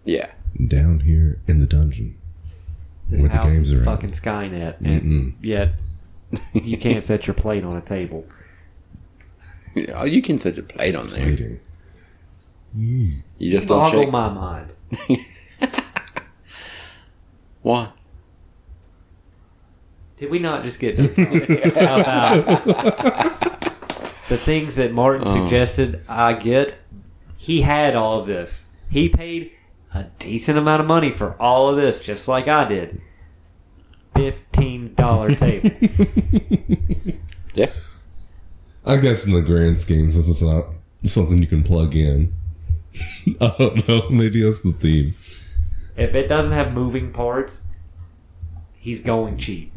A: yeah.
C: down here in the dungeon.
B: This
C: With the
B: house
C: games
B: is
C: around.
B: fucking Skynet, and
C: Mm-mm.
B: yet you can't set your plate on a table.
A: Oh, you can set a plate on there.
C: Waiting.
A: You just don't
B: Boggle
A: shake.
B: my mind.
A: Why?
B: Did we not just get about
A: Oh.
B: the things that Martin suggested? I get. He had all of this. He paid a decent amount of money for all of this, just like I did. Fifteen dollar table.
A: Yeah.
C: I guess in the grand scheme, since it's not something you can plug in, I don't know. Maybe that's the theme.
B: If it doesn't have moving parts, he's going cheap.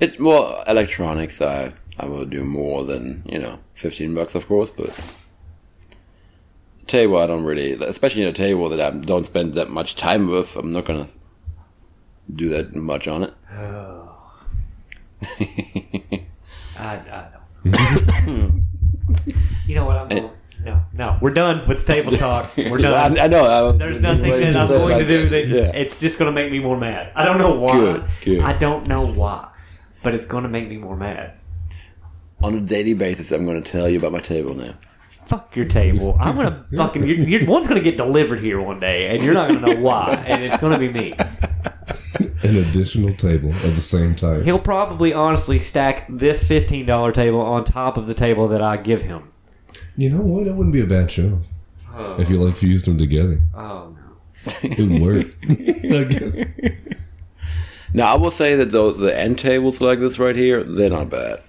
A: It well, electronics. I I will do more than you know, fifteen bucks, of course. But table, I don't really, especially a table that I don't spend that much time with. I'm not gonna do that much on it.
B: Oh, I, I don't. you know what I'm going. No, no, we're done with the table talk. We're done.
A: I, I know. I,
B: There's nothing that I'm going to do that it's just going to make me more mad. I don't know why.
A: Good, good.
B: I don't know why, but it's going to make me more mad.
A: on a daily basis, I'm going to tell you about my table now.
B: Fuck your table. I'm gonna fucking. You're, you're, one's gonna get delivered here one day, and you're not gonna know why, and it's gonna be me.
C: An additional table of the same type.
B: He'll probably honestly stack this fifteen dollar table on top of the table that I give him.
C: You know what? That wouldn't be a bad show
B: Oh,
C: if you like fused them together.
B: oh no.
C: It would work. I guess.
A: Now, I will say that though the end tables like this right here, they're not bad.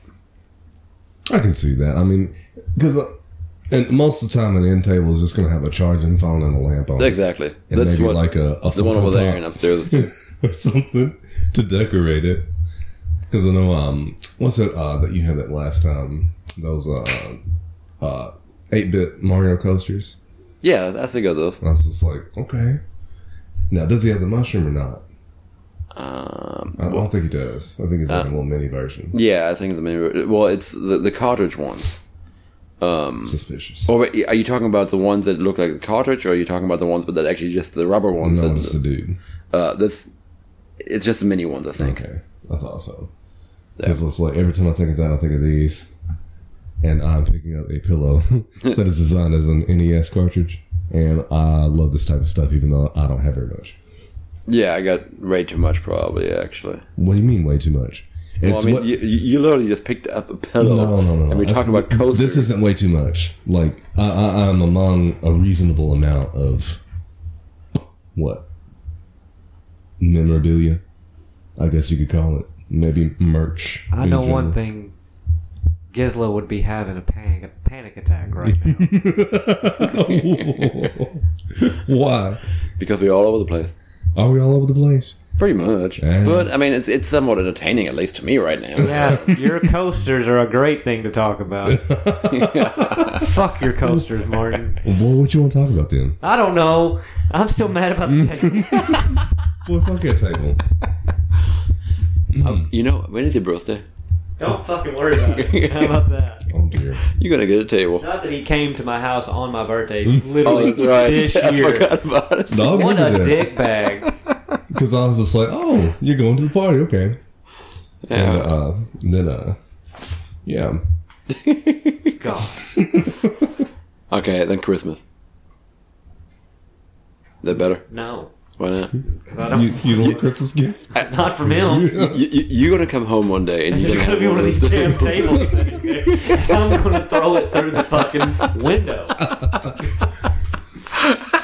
C: I can see that. I mean, because uh, and most of the time an end table is just going to have a charging phone and a lamp on it,
A: Exactly.
C: and
A: That's
C: maybe
A: what
C: like a, a
A: the one over
C: full-time
A: there and upstairs. is-
C: or something to decorate it. Because I know, um, what's it uh, that you had that last time? Those uh, uh, eight bit Mario coasters.
A: yeah, I think of those.
C: I was just like, okay. Now, does he have the mushroom or not?
A: Um,
C: I don't think he does. I think it's like a
A: Uh,
C: little mini version.
A: yeah, I think the mini. Well, it's the the cartridge ones. Um,
C: Suspicious.
A: or wait, are you talking about the ones that look like the cartridge, or are you talking about the ones but that actually just the rubber ones?
C: no,
A: that-
C: it's the dude.
A: uh, that's it's just the mini ones, I think.
C: Okay, I thought so.
A: Yeah.
C: Because it's like every time I think of that, I think of these, and I'm picking up a pillow that is designed as an NES cartridge, and I love this type of stuff, even though I don't have very much.
A: Yeah, I got way too much probably actually.
C: What do you mean, way too much? It's
A: Well, I mean,
C: what-
A: you, you you literally just picked up a pillow,
C: no, no, no, no.
A: and we
C: That's-
A: talked about
C: th-
A: coasters.
C: This isn't way too much. Like I, I, I'm among a reasonable amount of what memorabilia, I guess you could call it. Maybe merch.
B: I
C: in
B: know
C: general.
B: one thing. Gizla would be having a panic a panic attack right now.
C: Why
A: because we're all over the place.
C: are we all over the place?
A: Pretty much,
C: Yeah.
A: but I mean, it's it's somewhat entertaining, at least to me right now.
B: Yeah, your coasters are a great thing to talk about. Fuck your coasters, Martin.
C: Well, what you want to talk about then?
B: I don't know. I'm still mad about the table.
C: Well, fuck that table.
A: Um, you know, when is your birthday?
B: Don't fucking worry about it. How about that?
C: Oh dear.
A: You're gonna get a table.
B: Not that he came to my house on my birthday, literally
A: Oh, that's right.
B: this
A: I
B: year.
A: forgot about it.
C: No, I
B: What a
C: remember that.
B: dick bag.
C: Because I was just like, oh, you're going to the party, okay?
A: Yeah.
C: And, uh, then, uh, yeah.
B: God.
A: Okay, then Christmas. That better?
B: No.
A: Why not?
B: 'Cause I don't,
C: You, you don't want Christmas gift?
B: not from him.
A: you, you, you're gonna come home one day and you're
B: There's
A: gonna, have
B: gonna be one of these damn
A: tables.
B: tables. sitting there. I'm gonna throw it through the fucking window.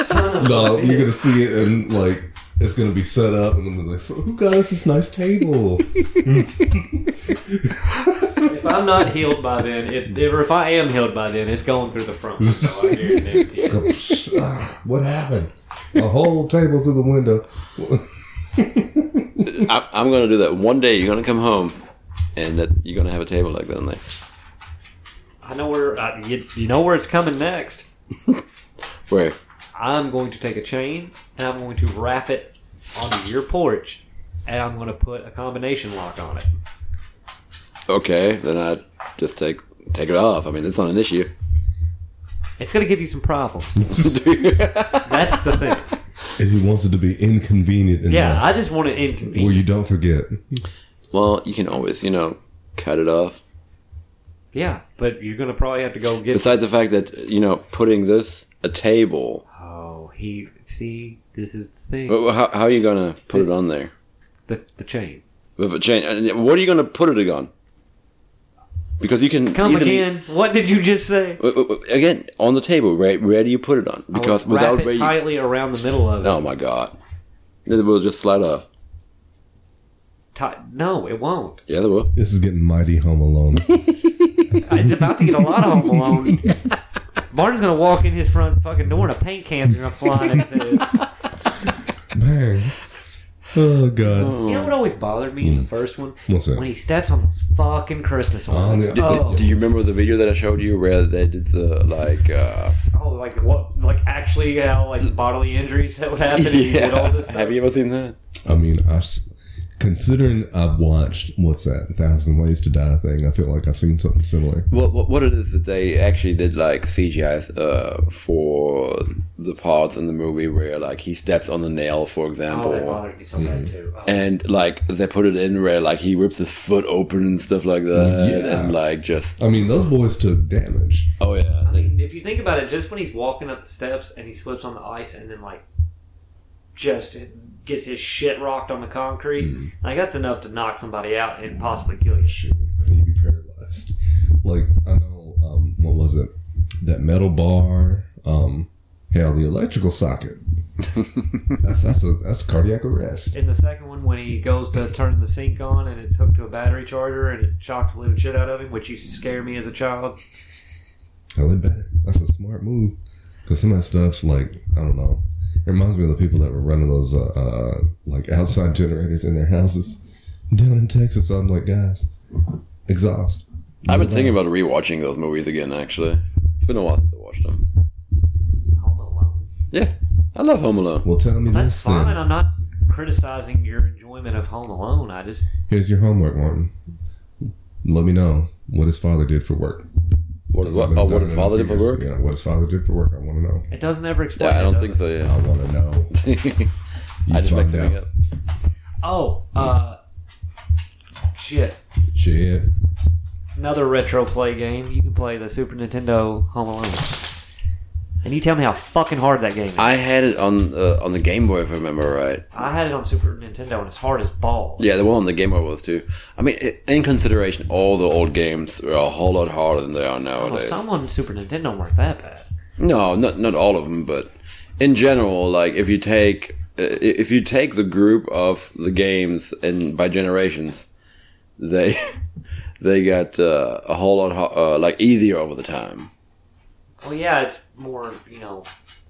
B: Son of
C: No,
B: a
C: you're
B: bitch.
C: gonna see it and like it's gonna be set up, and then they're like, so "Who got us this nice table?"
B: If I'm not healed by then, if, if, or if I am healed by then, it's going through the front. So I guarantee it.
C: Ah, what happened? A whole table through the window.
A: I, I'm gonna do that one day. You're gonna come home, and that you're gonna have a table like that. And like,
B: I know where I, you, you know where it's coming next.
A: where?
B: I'm going to take a chain and I'm going to wrap it onto your porch, and I'm going to put a combination lock on it.
A: Okay, then I just take take it off. I mean, it's not an issue.
B: It's going to give you some problems. That's the thing.
C: And he wants it to be inconvenient enough
B: Yeah, I just want it
C: where
B: inconvenient.
C: you don't forget.
A: well, you can always, you know, cut it off.
B: Yeah, but you're going to probably have to go get.
A: Besides the fact that you know, putting this a table.
B: oh, he see, this is the
A: wh-
B: thing.
A: wh- How, how are you gonna put it on there
B: The, the chain.
A: with a chain? And What are you gonna put it on? because you can
B: Come
A: easily
B: again. What did you just say?
A: W- w- w- again on the table. Where, where do you put it on? Because
B: I would wrap
A: without
B: it
A: where you,
B: tightly around the middle of it.
A: oh my god, it will just slide off.
B: Ti- no, it won't.
A: Yeah, it will.
C: This is getting mighty home alone.
B: It's about to get a lot of home alone. Martin's gonna walk in his front fucking door and a paint can's gonna fly into it.
C: Man. Oh god.
B: You know what always bothered me
A: Hmm.
B: in the first one?
C: What's that?
B: When he steps on those fucking Christmas ones.
C: yeah.
A: Do,
B: Oh,
A: do you remember the video that I showed you where they did the like? Uh,
B: oh, like what? Like actually, how like bodily injuries that would happen if you did all
A: yeah.
B: this stuff.
A: Have you ever seen that?
C: I mean, I s- considering I've watched what's that Thousand Ways to Die thing, I feel like I've seen something similar.
A: What, what what it is that they actually did like CGI uh, for the parts in the movie where like he steps on the nail, for
B: Oh,
A: example,
B: that bothered me so bad too. Oh.
A: Hmm. and like they put it in where like he rips his foot open and stuff like that,
C: Yeah.
A: and like just
C: I mean, those boys took damage.
A: oh yeah,
B: I mean, if you think about it, just when he's walking up the steps and he slips on the ice and then like just gets his shit rocked on the concrete,
A: Hmm.
B: like that's enough to knock somebody out and possibly kill you.
C: Shoot, you'd be paralyzed. Like I know, um, what was it? That metal bar. Um, hell, the electrical socket. that's that's a that's cardiac arrest.
B: In the second one, when he goes to turn the sink on and it's hooked to a battery charger and it shocks the living shit out of him, which used to scare me as a child.
C: Hell, it better. That's a smart move. Cause some of that stuff, like I don't know, it reminds me of the people that were running those uh, uh like outside generators in their houses down in Texas. I'm like, guys, exhaust.
A: I've been thinking about rewatching those movies again. Actually, it's been a while since I watched them.
B: Home Alone.
A: Yeah, I love Home Alone.
C: Well, tell me
B: That's
C: this thing.
B: fine. I'm not criticizing your enjoyment of Home Alone. I just
C: Here's your homework, Martin. Let me know what his father did for work.
A: What is what? Oh, what his father did for work?
C: Yeah, what his father did for work. I want to know.
B: it doesn't ever explain.
A: Yeah, I
B: it,
A: don't
B: does
A: think
B: it?
A: so.
C: I
A: Yeah,
C: want to know. You
A: I just make
C: find
A: something
C: out.
A: up.
B: Oh, uh, shit.
C: Shit.
B: another retro play game. You can play the Super Nintendo Home Alone. And you tell me how fucking hard that game is. I,
A: I had it on uh, on the Game Boy, if I remember right.
B: had it on Super Nintendo, and it's hard as balls.
A: Yeah, the one on the Game Boy was too. I mean, i- in consideration, all the old games are a whole lot harder than they are
B: Well,
A: nowadays.
B: Oh, some on Super Nintendo weren't that bad.
A: No, not not all of them, but in general, like if you take uh, if you take the group of the games and by generations, they they got uh, a whole lot ho- uh, like easier over the time.
B: Well, yeah, it's more you know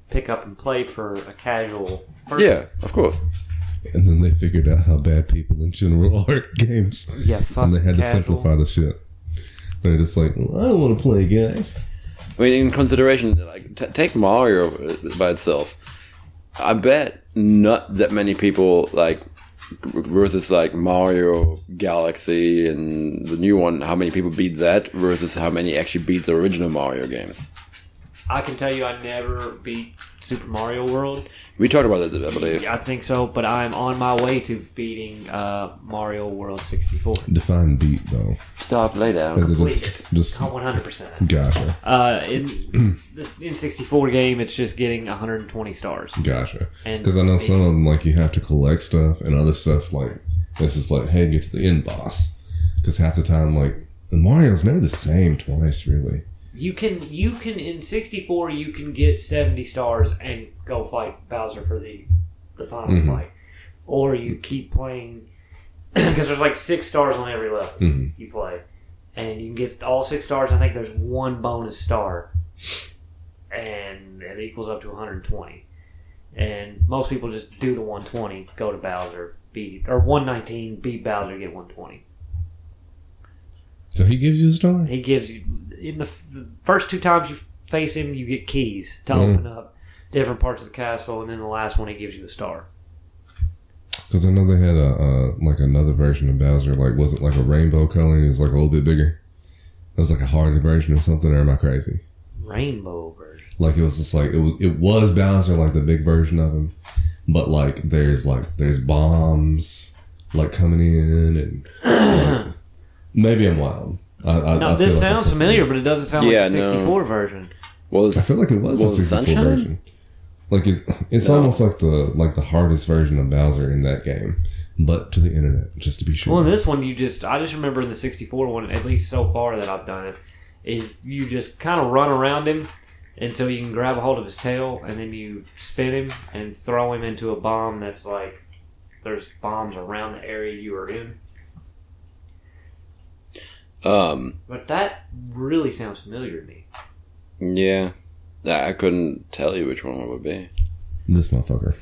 B: pick up and play for a casual. Person.
A: Yeah, of course.
C: And then they figured out how bad people in general are at games.
B: yeah, fuck
C: and they had to
B: casual.
C: simplify the shit. They're just like, well, I don't want to play, guys.
A: I mean, in consideration, like t- take Mario by itself. I bet not that many people like versus like Mario Galaxy and the new one. How many people beat that versus how many actually beat the original Mario games?
B: I can tell you, I never beat Super Mario World.
A: We talked about this, I believe.
B: I think so, but I'm on my way to beating uh, Mario World 64.
C: Define beat though,
A: Stop, lay
C: as
A: down.
C: it is just
B: 100. Oh, percent
C: gotcha,
B: Uh, in the in 64 game, it's just getting 120 stars.
C: gotcha.
B: And
C: Because I know some of them like you have to collect stuff, and other stuff like it's just like, hey, get to the end boss. Because half the time, like Mario's never the same twice, really.
B: you can you can in 64 you can get 70 stars and go fight Bowser for the the final
C: Mhm.
B: fight, or you keep playing because there's like six stars on every level
C: Mhm.
B: you play, and you can get all six stars. I think there's one bonus star, and it equals up to 120. And most people just do the 120, go to Bowser, beat or 119, beat Bowser, get 120.
C: So he gives you a star.
B: He gives you in the, f- the first two times you face him, you get keys to
C: Mhm.
B: open up different parts of the castle, and then the last one he gives you a star.
C: Because I know they had a uh, like another version of Bowser, like wasn't like a rainbow color, and it was like a little bit bigger. It was like a harder version or something. Or am I crazy?
B: Rainbow version.
C: Like it was just like it was it was Bowser, like the big version of him, but like there's like there's bombs like coming in and like, maybe I'm wild. I, I,
B: No,
C: I
B: this
C: feel like
B: sounds
C: it's just-
B: familiar, but it doesn't sound
A: Yeah,
B: like the
A: no.
B: 64 version.
A: Well,
C: I feel like it was
A: Well,
C: a 64
A: Sunshine?
C: version. Like it, it's almost like the like the hardest version of Bowser in that game, but to the internet, just to be sure.
B: Well, in this one, you just, I just remember in the 64 one, at least so far that I've done it, is you just kind of run around him until you can grab a hold of his tail, and then you spin him and throw him into a bomb that's like, there's bombs around the area you are in.
A: Um,
B: But that really sounds familiar to me.
A: yeah, I I couldn't tell you which one it would be.
C: this motherfucker,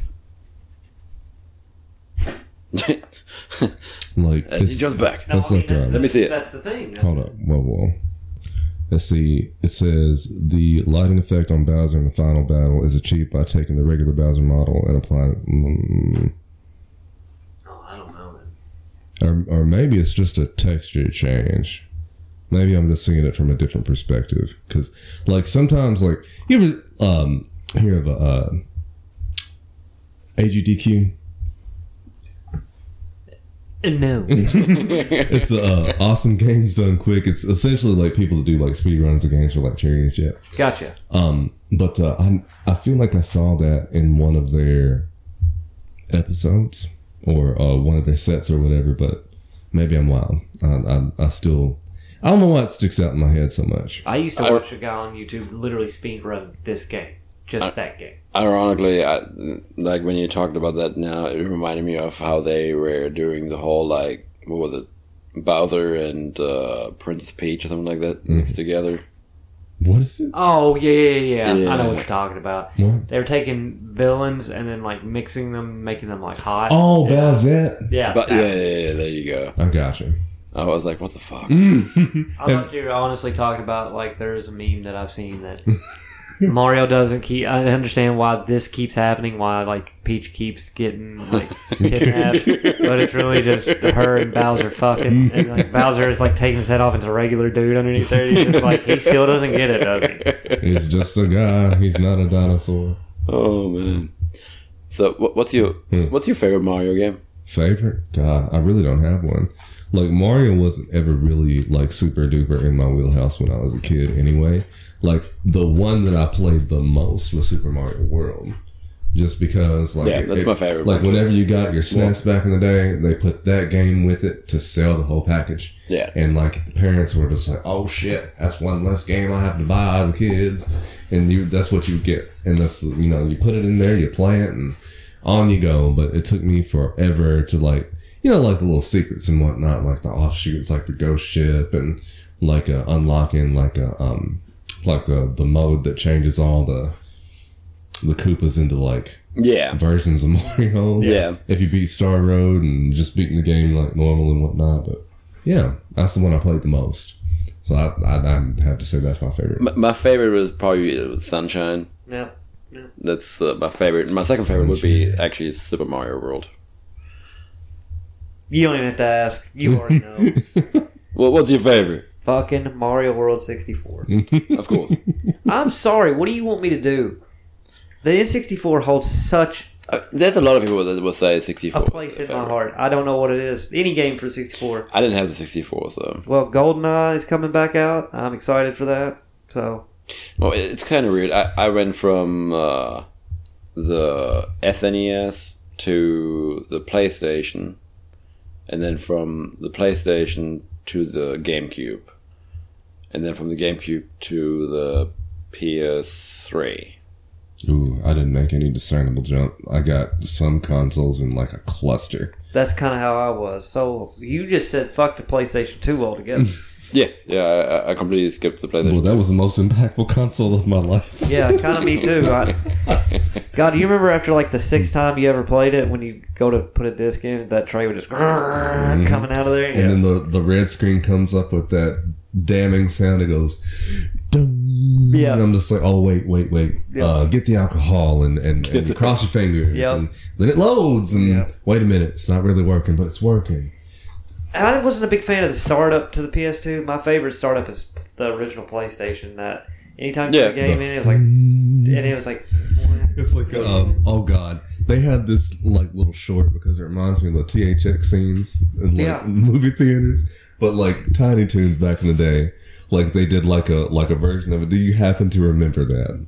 C: like
A: It's Uh, just back.
B: No,
C: Let's
B: I mean,
C: look,
B: that's,
C: um,
B: that's-
A: Let me see it.
B: That's the thing.
C: Hold up. Whoa, whoa. Let's see. It says the lighting effect on Bowser in the final battle is achieved by taking the regular Bowser model and applying it. Mm,
B: Oh, I don't know.
C: or, or maybe it's just a texture change. Maybe I'm just seeing it from a different perspective. Because, like, sometimes, like, you ever um, hear of a uh, AGDQ?
A: Uh,
B: No.
C: it's uh, awesome games done quick. It's essentially like people that do like speed runs of games for like charity and shit.
B: Gotcha.
C: Um, but uh, I I feel like I saw that in one of their episodes or uh, one of their sets or whatever. But maybe I'm wild. I, I, I still I don't know why it sticks out in my head so much.
B: I used to
A: I-
B: watch a guy on YouTube literally speed run this game, just that game.
A: Ironically, I, like when you talked about that now, it reminded me of how they were doing the whole like what was it, Bowser and uh, Princess Peach or something like that
C: Mm-hmm.
A: mixed together.
C: What is it?
B: Oh yeah, yeah, yeah. I know
A: Yeah.
B: what you're talking about.
C: What?
B: They were taking villains and then like mixing them, making them like hot.
C: Oh,
B: yeah.
C: Bowsette.
B: Yeah,
A: But
B: that-
A: yeah, yeah, yeah, yeah, there you go.
C: I got you.
A: I was like, what the fuck?
C: Mm-hmm.
B: I thought you were honestly talking about like there's a meme that I've seen that Mario doesn't keep. I understand why this keeps happening. Why like Peach keeps getting like kidnapped, but it's really just her and Bowser fucking. And like Bowser is like taking his head off into a regular dude underneath there. He's just like he still doesn't get it, does he?
C: He's just a guy. He's not a dinosaur.
A: Oh man. So what, what's your
C: Hmm.
A: what's your favorite Mario game?
C: Favorite? God, I really don't have one. Like Mario wasn't ever really like super duper in my wheelhouse when I was a kid anyway. Like the one that I played the most was Super Mario World. Just because like
A: Yeah, that's my favorite
C: Like
A: one, too.
C: whenever you got your SNES back in the day, they put that game with it to sell the whole package.
A: Yeah.
C: And like the parents were just like, Oh shit, that's one less game I have to buy the kids and you that's what you get. And that's you know, you put it in there, you play it and on you go, but it took me forever to like, you know, like the little secrets and whatnot, like the offshoots, like the ghost ship and like uh, unlocking like a, um, like the, the mode that changes all the, the Koopas into like
A: Yeah.
C: versions of Mario.
A: Yeah.
C: If you beat Star Road and just beating the game like normal and whatnot. But yeah, that's the one I played the most. So I, I, I have to say that's my favorite.
A: My, my favorite was probably uh, Sunshine.
B: Yeah.
A: That's uh, my favorite. My second favorite would be
C: Sunshine.
A: actually Super Mario World.
D: You don't even have to ask.
B: You already know.
A: Well, what's your favorite?
D: Fucking Mario World 64.
A: Of course.
D: I'm sorry. What do you want me to do? The N64 holds such
A: Uh, there's a lot of people that will say 64.
D: a
A: is
D: place
A: their
D: in my
A: favorite.
D: heart. I don't know what it is. Any game for 64.
A: I didn't have the 64, so
D: Well, GoldenEye is coming back out. I'm excited for that. So,
A: well, it- it's kind of weird. I, I went from uh, the SNES to the PlayStation, and then from the PlayStation to the GameCube, and then from the GameCube to the PS3.
C: Ooh, I didn't make any discernible jump. I got some consoles in like a cluster.
D: that's kind of how I was. So, you just said fuck the PlayStation 2 altogether.
A: Yeah, yeah, I, I- I completely skipped the PlayStation.
C: Well, that was the most impactful console of my life.
D: yeah, kind of me too. I, God, do you remember after like the sixth time you ever played it when you go to put a disc in, that tray would just grrrr coming out of there?
C: Mm-hmm. And then the, the red screen comes up with that damning sound. It goes, Dum.
D: Yeah.
C: And I'm just like, oh, wait, wait, wait.
D: Yeah.
C: Uh, get the alcohol and, and, and
A: the-
C: cross your fingers.
D: Yeah.
C: And then it loads. And
D: Yeah.
C: wait a minute, it's not really working, but it's working.
D: I wasn't a big fan of the startup to the PS2. My favorite startup is the original PlayStation. That anytime you
A: Yeah,
D: put a game
C: the-
D: in, it was like, and it was like,
C: It's like, um, oh, God. They had this like little short because it reminds me of the THX scenes in like,
D: Yeah.
C: movie theaters. But like Tiny Toons back in the day, like they did like a like a version of it. Do you happen to remember that?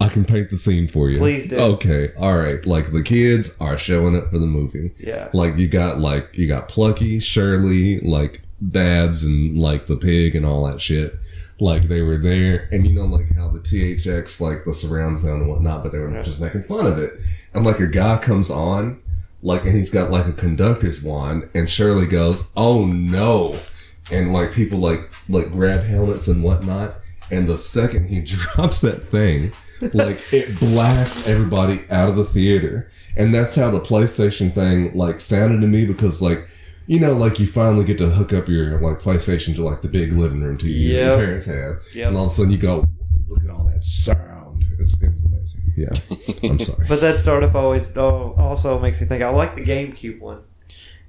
C: I can paint the scene for you.
E: Please do.
C: Okay, all right. Like the kids are showing up for the movie.
E: Yeah.
C: Like you got like you got Plucky, Shirley, like Dabs, and like the pig and all that shit. Like they were there, and you know like how the THX like the surround sound and whatnot, but they were
E: Yeah.
C: just making fun of it. And like a guy comes on, like and he's got like a conductor's wand, and Shirley goes, "Oh no!" And like people like like grab helmets and whatnot. And the second he drops that thing, like it blasts everybody out of the theater and that's how the playstation thing like sounded to me because like you know like you finally get to hook up your like playstation to like the big living room tv your
E: Yep.
C: parents have
E: Yep.
C: and all of a sudden you go look at all that sound it's, it was amazing yeah i'm sorry
B: But that startup always al- also makes me think. I like the GameCube one,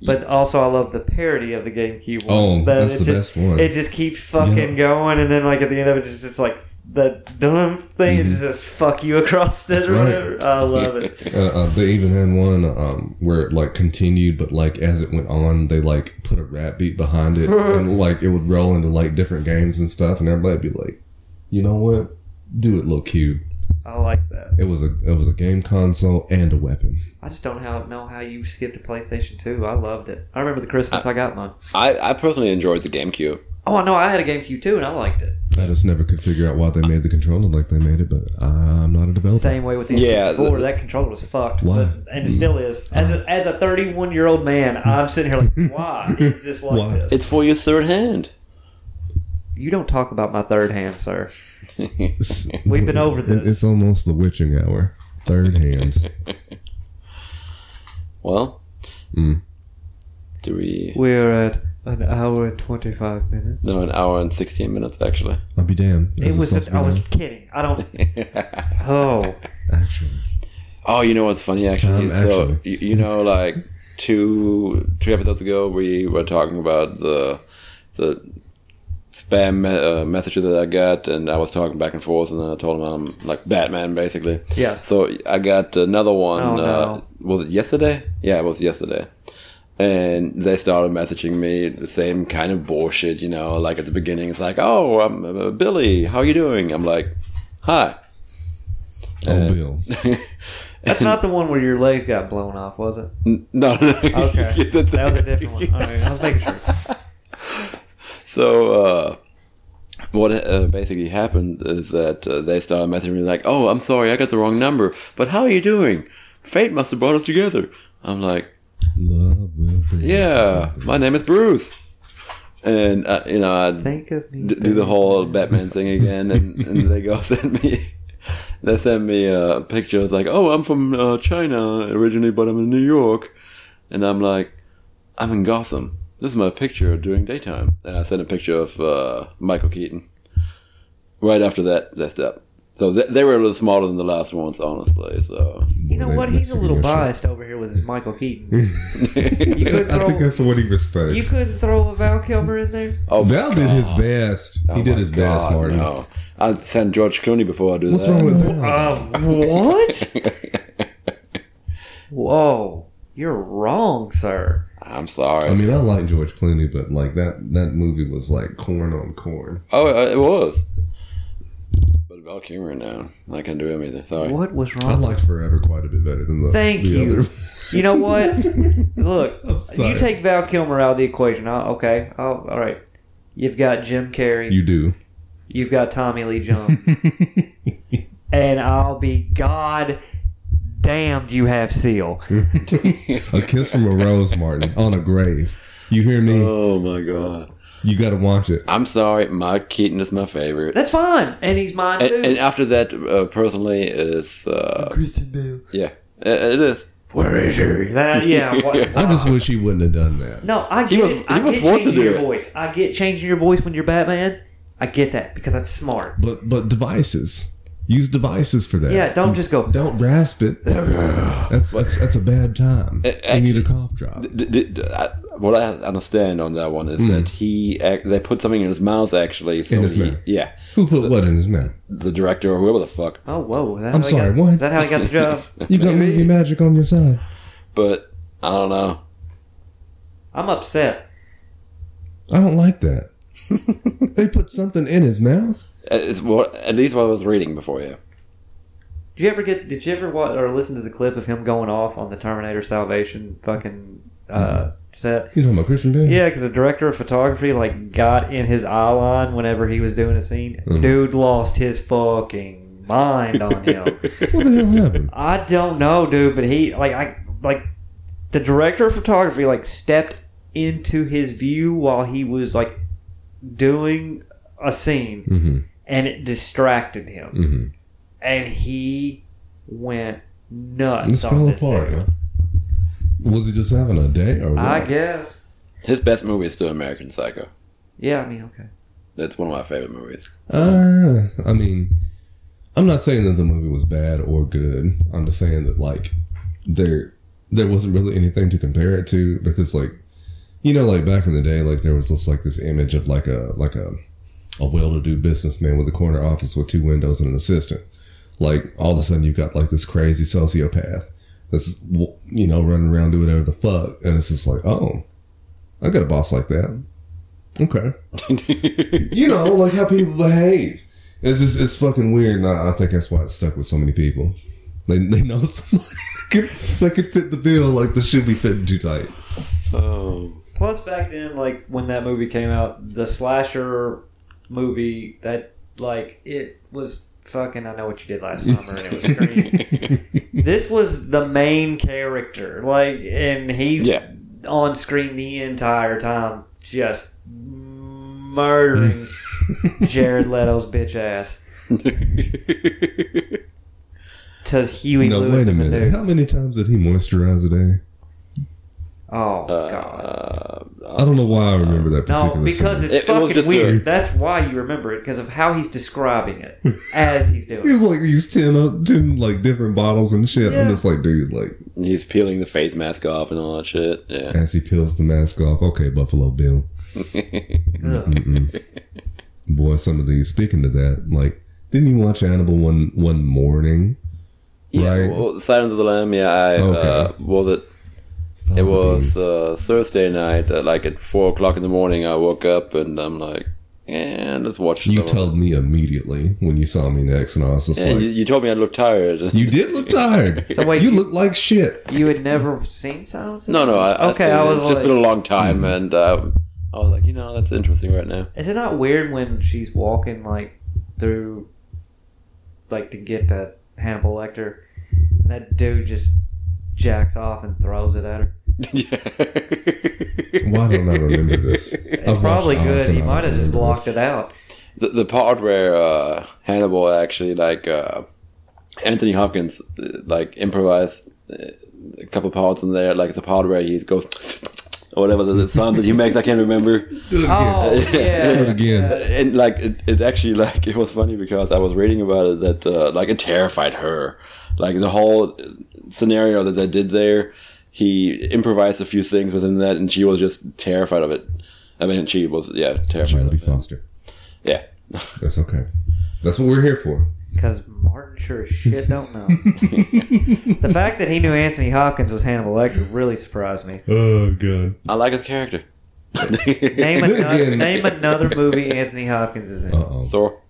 B: but also I love the parody of the GameCube one.
C: oh
B: That
C: that's
B: it
C: the
B: just,
C: best one
B: It just keeps fucking
C: Yeah.
B: going, and then like at the end of it, it's just like the dumb thing. It just says "fuck you" across this
C: Mm-hmm. That's
B: or
C: right.
B: whatever. I love it.
C: uh, uh, they even had one um, where it like continued, but like as it went on, they like put a rap beat behind it, and like it would roll into like different games and stuff, and everybody'd be like, "You know what? Do it, little cube."
B: I like that.
C: It was a it was a game console and a weapon.
B: I just don't how, know how you skipped to PlayStation Two. I loved it. I remember the Christmas I got mine.
A: I, I personally enjoyed the GameCube.
B: Oh, I know I had a GameCube too, and I liked it.
C: I just never could figure out why they made the controller like they made it, but I'm not a developer.
B: Same way with the
A: Yeah,
B: N64.
A: the-
B: that controller was fucked.
C: Why?
B: but- and it still is. As a, as a 31 year old man, I'm sitting here like, why is this like
C: Why?
B: this?
A: It's for your third hand.
B: You don't talk about my third hand, sir. We've been over
C: It-
B: this.
C: It's almost the witching hour. Third hands.
A: well,
C: Mm.
A: do we?
B: We're at an hour and 25 minutes.
A: No, an hour and sixteen minutes actually.
C: I'll be damned.
B: It
C: Is
B: was.
C: supposed
B: A,
C: to be
B: I was
C: done?
B: kidding. I don't. Oh,
C: actually.
A: Oh, you know what's funny actually?
C: Time,
A: so
C: actually.
A: You, you know, like two two episodes ago, we were talking about the the spam me- uh, messages that I got, and I was talking back and forth, and then I told him I'm like Batman, basically.
B: yes.
A: So I got another one.
B: Oh,
A: uh, Was it yesterday? Yeah, it was yesterday. And they started messaging me the same kind of bullshit, you know. Like at the beginning, it's like, "Oh, I'm uh, Billy. How you doing?" I'm like, "Hi."
C: Oh,
A: Uh,
C: Bill.
B: That's not the one where your legs got blown off, was it?
A: N- No, no.
B: Okay.
A: That's-
B: That was a different one. All right, I was making sure.
A: So, uh, what uh, basically happened is that uh, they started messaging me like, "Oh, I'm sorry, I got the wrong number, but how are you doing? Fate must have brought us together." I'm like,
C: Love will bring. us
A: "Yeah,
C: together.
A: my name is Bruce," and uh, you know, I d-
B: Think of me.
A: do the whole Batman thing again, and, and they go send me. They send me a picture. It's like, "Oh, I'm from uh, China originally, but I'm in New York," and I'm like, "I'm in Gotham." This is my picture during daytime, and I sent a picture of uh, Michael Keaton right after that that step. So they, they were a little smaller than the last ones, honestly. So
B: You know
C: That
B: what? He's a
C: Mexican
B: little
C: shit.
B: biased over here with his Michael Keaton. could
C: I think
B: throw-
C: that's what he
B: You
C: respects.
B: couldn't throw a Val Kilmer in there?
A: oh,
C: Val did his
A: God.
C: best.
A: Oh
C: he did
A: my
C: his best,
A: God,
C: Marty.
A: No. I'd send George Clooney before I do
C: What's
A: that.
C: wrong with that?
B: Um, what? Whoa. You're wrong, sir.
A: I'm sorry.
C: I mean, I like George Clooney, but like that that movie was like corn on corn.
A: oh, uh, it was. But Val Kilmer now, I can't do him either. Sorry.
B: What was
C: I
B: wrong?
C: liked Forever quite a bit better than the
B: Uh-huh. Thank
C: the
B: you.
C: Other.
B: You know what? Look,
C: I'm sorry.
B: you take Val Kilmer out of the equation. Oh, okay. Oh, all right. You've got Jim Carrey.
C: You do.
B: You've got Tommy Lee Jones. and I'll be God damned you have Seal.
C: a kiss from a rose, Martin, on a grave. You hear me?
B: Uh,
A: Oh my God.
C: you got to watch it.
A: I'm sorry. Mike Keaton is my favorite.
B: That's fine. And he's mine too.
A: And, and after that, uh, personally, is uh,
B: Kristen Bell.
A: yeah, it, it is.
B: Where is she? That, yeah. wha-
C: I just wish he wouldn't have done that.
B: No, I get
A: He was-
B: it.
A: he
B: I
A: was
B: get
A: forced to
B: changing
A: do
B: your
A: it.
B: voice. I get changing your voice when you're Batman. I get that because that's smart.
C: But but devices. Use devices for that.
B: Yeah, don't just go.
C: Don't rasp it. That's that's, that's a bad time.
A: Uh,
C: You need a cough drop.
A: D- d- d- I- what I understand on that one is that he ac- they put something in his mouth actually. So
C: Hmm. In his
A: he,
C: mouth.
A: yeah,
C: Who put what in his mouth?
A: the director or whoever the fuck.
B: Oh, whoa! is that
C: I'm
B: how he
C: sorry,
B: Got,
C: what?
B: Is that how he got the job?
C: You got movie magic on your side.
A: But I don't know.
B: I'm upset.
C: I don't like that. they put something in his mouth.
A: Uh, It's what at least what I was reading before. Yeah,
B: Did you ever get? Did you ever watch or listen to the clip of him going off on the Terminator Salvation fucking uh, set?
C: You talking about Christian Bale?
B: Yeah, because the director of photography like got in his eye line whenever he was doing a scene.
A: Mm-hmm.
C: Mhm.
B: Dude lost his fucking mind on him.
C: What the hell happened?
B: I don't know, dude, but he like I like the director of photography like stepped into his view while he was like doing a scene
C: Mm-hmm.
B: and it distracted him
C: Mm-hmm.
B: and he went nuts.
C: This
B: on
C: fell
B: this
C: apart.
B: thing.
C: Huh? Was he just having a day or what?
B: I guess.
A: His best movie is still American Psycho.
B: Yeah, I mean, okay.
A: That's one of my favorite movies.
C: Uh, I mean, I'm not saying that the movie was bad or good. I'm just saying that like there there wasn't really anything to compare it to because like you know like back in the day like there was just like this image of like a like a a well-to-do businessman with a corner office with two windows and an assistant. Like all of a sudden you've got like this crazy sociopath that's you know running around doing whatever the fuck, and it's just like oh, I got a boss like that. Okay you know, like how people behave. It's just it's fucking weird. And I, I think that's why it stuck with so many people. They, they know somebody that could, that could fit the bill. Like the shoe be fitting too tight.
A: oh.
B: Plus, back then, like when that movie came out, the slasher movie that like it was fucking. I know what you did last summer, and it was Scream. this was the main character, like, and he's
A: Yeah.
B: on screen the entire time, just murdering Jared Leto's bitch ass to Huey
C: no,
B: Lewis
C: wait a
B: and the
C: minute.
B: dude.
C: How many times did he moisturize a day?
B: Oh god.
A: uh,
C: I don't know why I remember that particular.
B: No, because
C: scene.
A: It-
B: it's
A: it was
B: fucking
A: just a-
B: weird. That's why you remember it because of how he's describing it as he's doing.
C: he
B: it.
C: was like used ten up ten like different bottles and shit. I'm
B: Yeah.
C: just like, dude, like
A: he's peeling the face mask off and all that shit. Yeah.
C: as he peels the mask off. Okay, Buffalo Bill.
B: Ugh.
C: Mm-mm. Boy, some of these. Speaking to that, like, didn't you watch Hannibal one one morning?
A: Yeah,
C: Right.
A: well, Silence of the Lamb. Yeah, I uh,
C: Okay.
A: was it. It
C: Fuck
A: was
C: these.
A: uh, Thursday night, at, like at four o'clock in the morning. I woke up and I'm like, "Eh, let's watch."
C: you
A: some-
C: told me immediately when you saw me next, and I was just
A: Yeah,
C: like,
A: you,
C: you,
A: you told me I looked tired.
C: did look tired.
B: So wait,
C: you
B: you-
C: look like shit."
B: You had never seen Silence? of
A: No,
B: the
A: no. I,
B: Okay, I was
A: It's just
B: like-
A: been a long
C: Hmm.
A: time, and uh, I was like, you know, that's interesting right now.
B: Is it not weird when she's walking like through, like to get that Hannibal Lecter, and that dude just jacks off and throws it at her?
C: Why don't I remember this?
B: It's probably good. He might have just blocked it out.
A: the, the part where uh, Hannibal actually like uh, Anthony Hopkins uh, like improvised uh, a couple parts in there, like the part where he goes or whatever the, the sound that he makes, I can't remember.
B: Oh yeah,
A: Do
C: it again.
B: yeah.
A: And like it, it actually like it was funny because I was reading about it that uh, like it terrified her, like the whole scenario that they did there. He improvised a few things within that, and she was just terrified of it. I mean, she was yeah terrified. Of
C: Jodie
A: it.
C: Foster.
A: Yeah.
C: That's okay. That's what we're here for.
B: Because Martin sure as shit don't know. the fact that he knew Anthony Hopkins was Hannibal Lecter really surprised me.
C: Oh god.
A: I like his character.
B: Name
C: Then
B: another,
C: again-
B: name another movie Anthony Hopkins is in.
C: Uh oh.
A: Thor.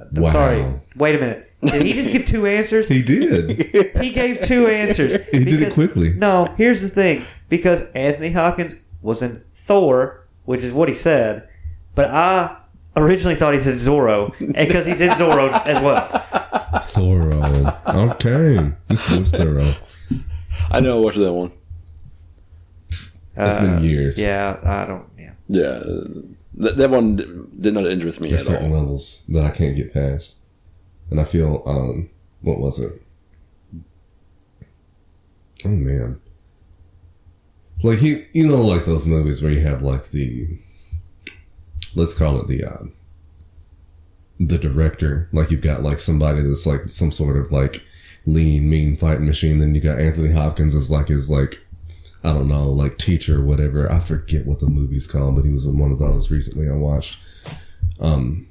B: I'm
C: wow.
B: sorry. Wait a minute. Did he just give two answers?
C: He did.
B: He gave two answers.
C: He did it
B: Because-
C: quickly.
B: No, here's the thing. Because Anthony Hopkins was in Thor, which is what he said, but I originally thought he said Zorro, because he's in Zorro as well.
C: Thorough. Okay. This was thorough.
A: I know I watched that one.
C: It's been years.
B: Uh, Yeah, I don't. Yeah.
A: Yeah, that, that one d- did not interest me
C: There's
A: at all.
C: certain levels that I can't get past, and I feel um, what was it? Oh man, like he, you know, like those movies where you have like the, let's call it the, uh, the director. Like you've got like somebody that's like some sort of like lean, mean fighting machine. Then you got Anthony Hopkins as like his like. I don't know, like teacher or whatever. I forget what the movie's called, but he was in one of those recently I watched um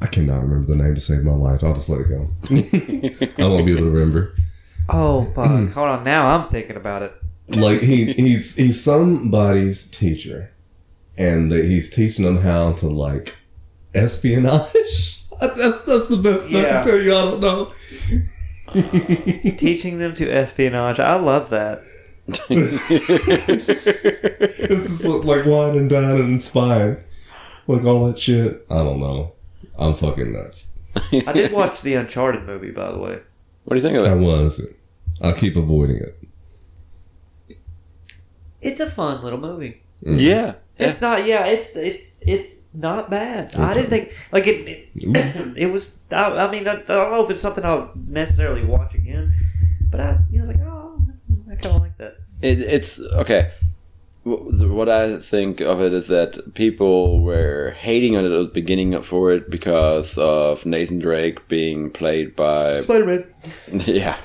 C: I cannot remember the name to save my life. I'll just let it go. I won't be able to remember.
B: Oh fuck!
C: Mm.
B: Hold on. Now I'm thinking about it.
C: Like he he's he's somebody's teacher, and that he's teaching them how to like espionage. That's that's the best thing
B: Yeah.
C: I can tell you. I don't know.
B: Teaching them to espionage. I love that.
C: This is like wine and dine and spying, like all that shit. I don't know. I'm fucking nuts.
B: I did watch the Uncharted movie, by the way.
A: What do you think of
C: I
A: it?
C: was. I keep avoiding it.
B: It's a fun little movie.
C: Mhm.
A: Yeah.
B: It's not. Yeah, it's it's it's not bad. I didn't think like it. it it was. I, I mean, I, I don't know if it's something I'll necessarily watch again, but I, you know, like, oh, I kind of like that.
A: It, it's okay. Wh- the- What I think of it is that people were hating on it at the beginning for it because of Nathan Drake being played by
B: Spider Man.
A: yeah,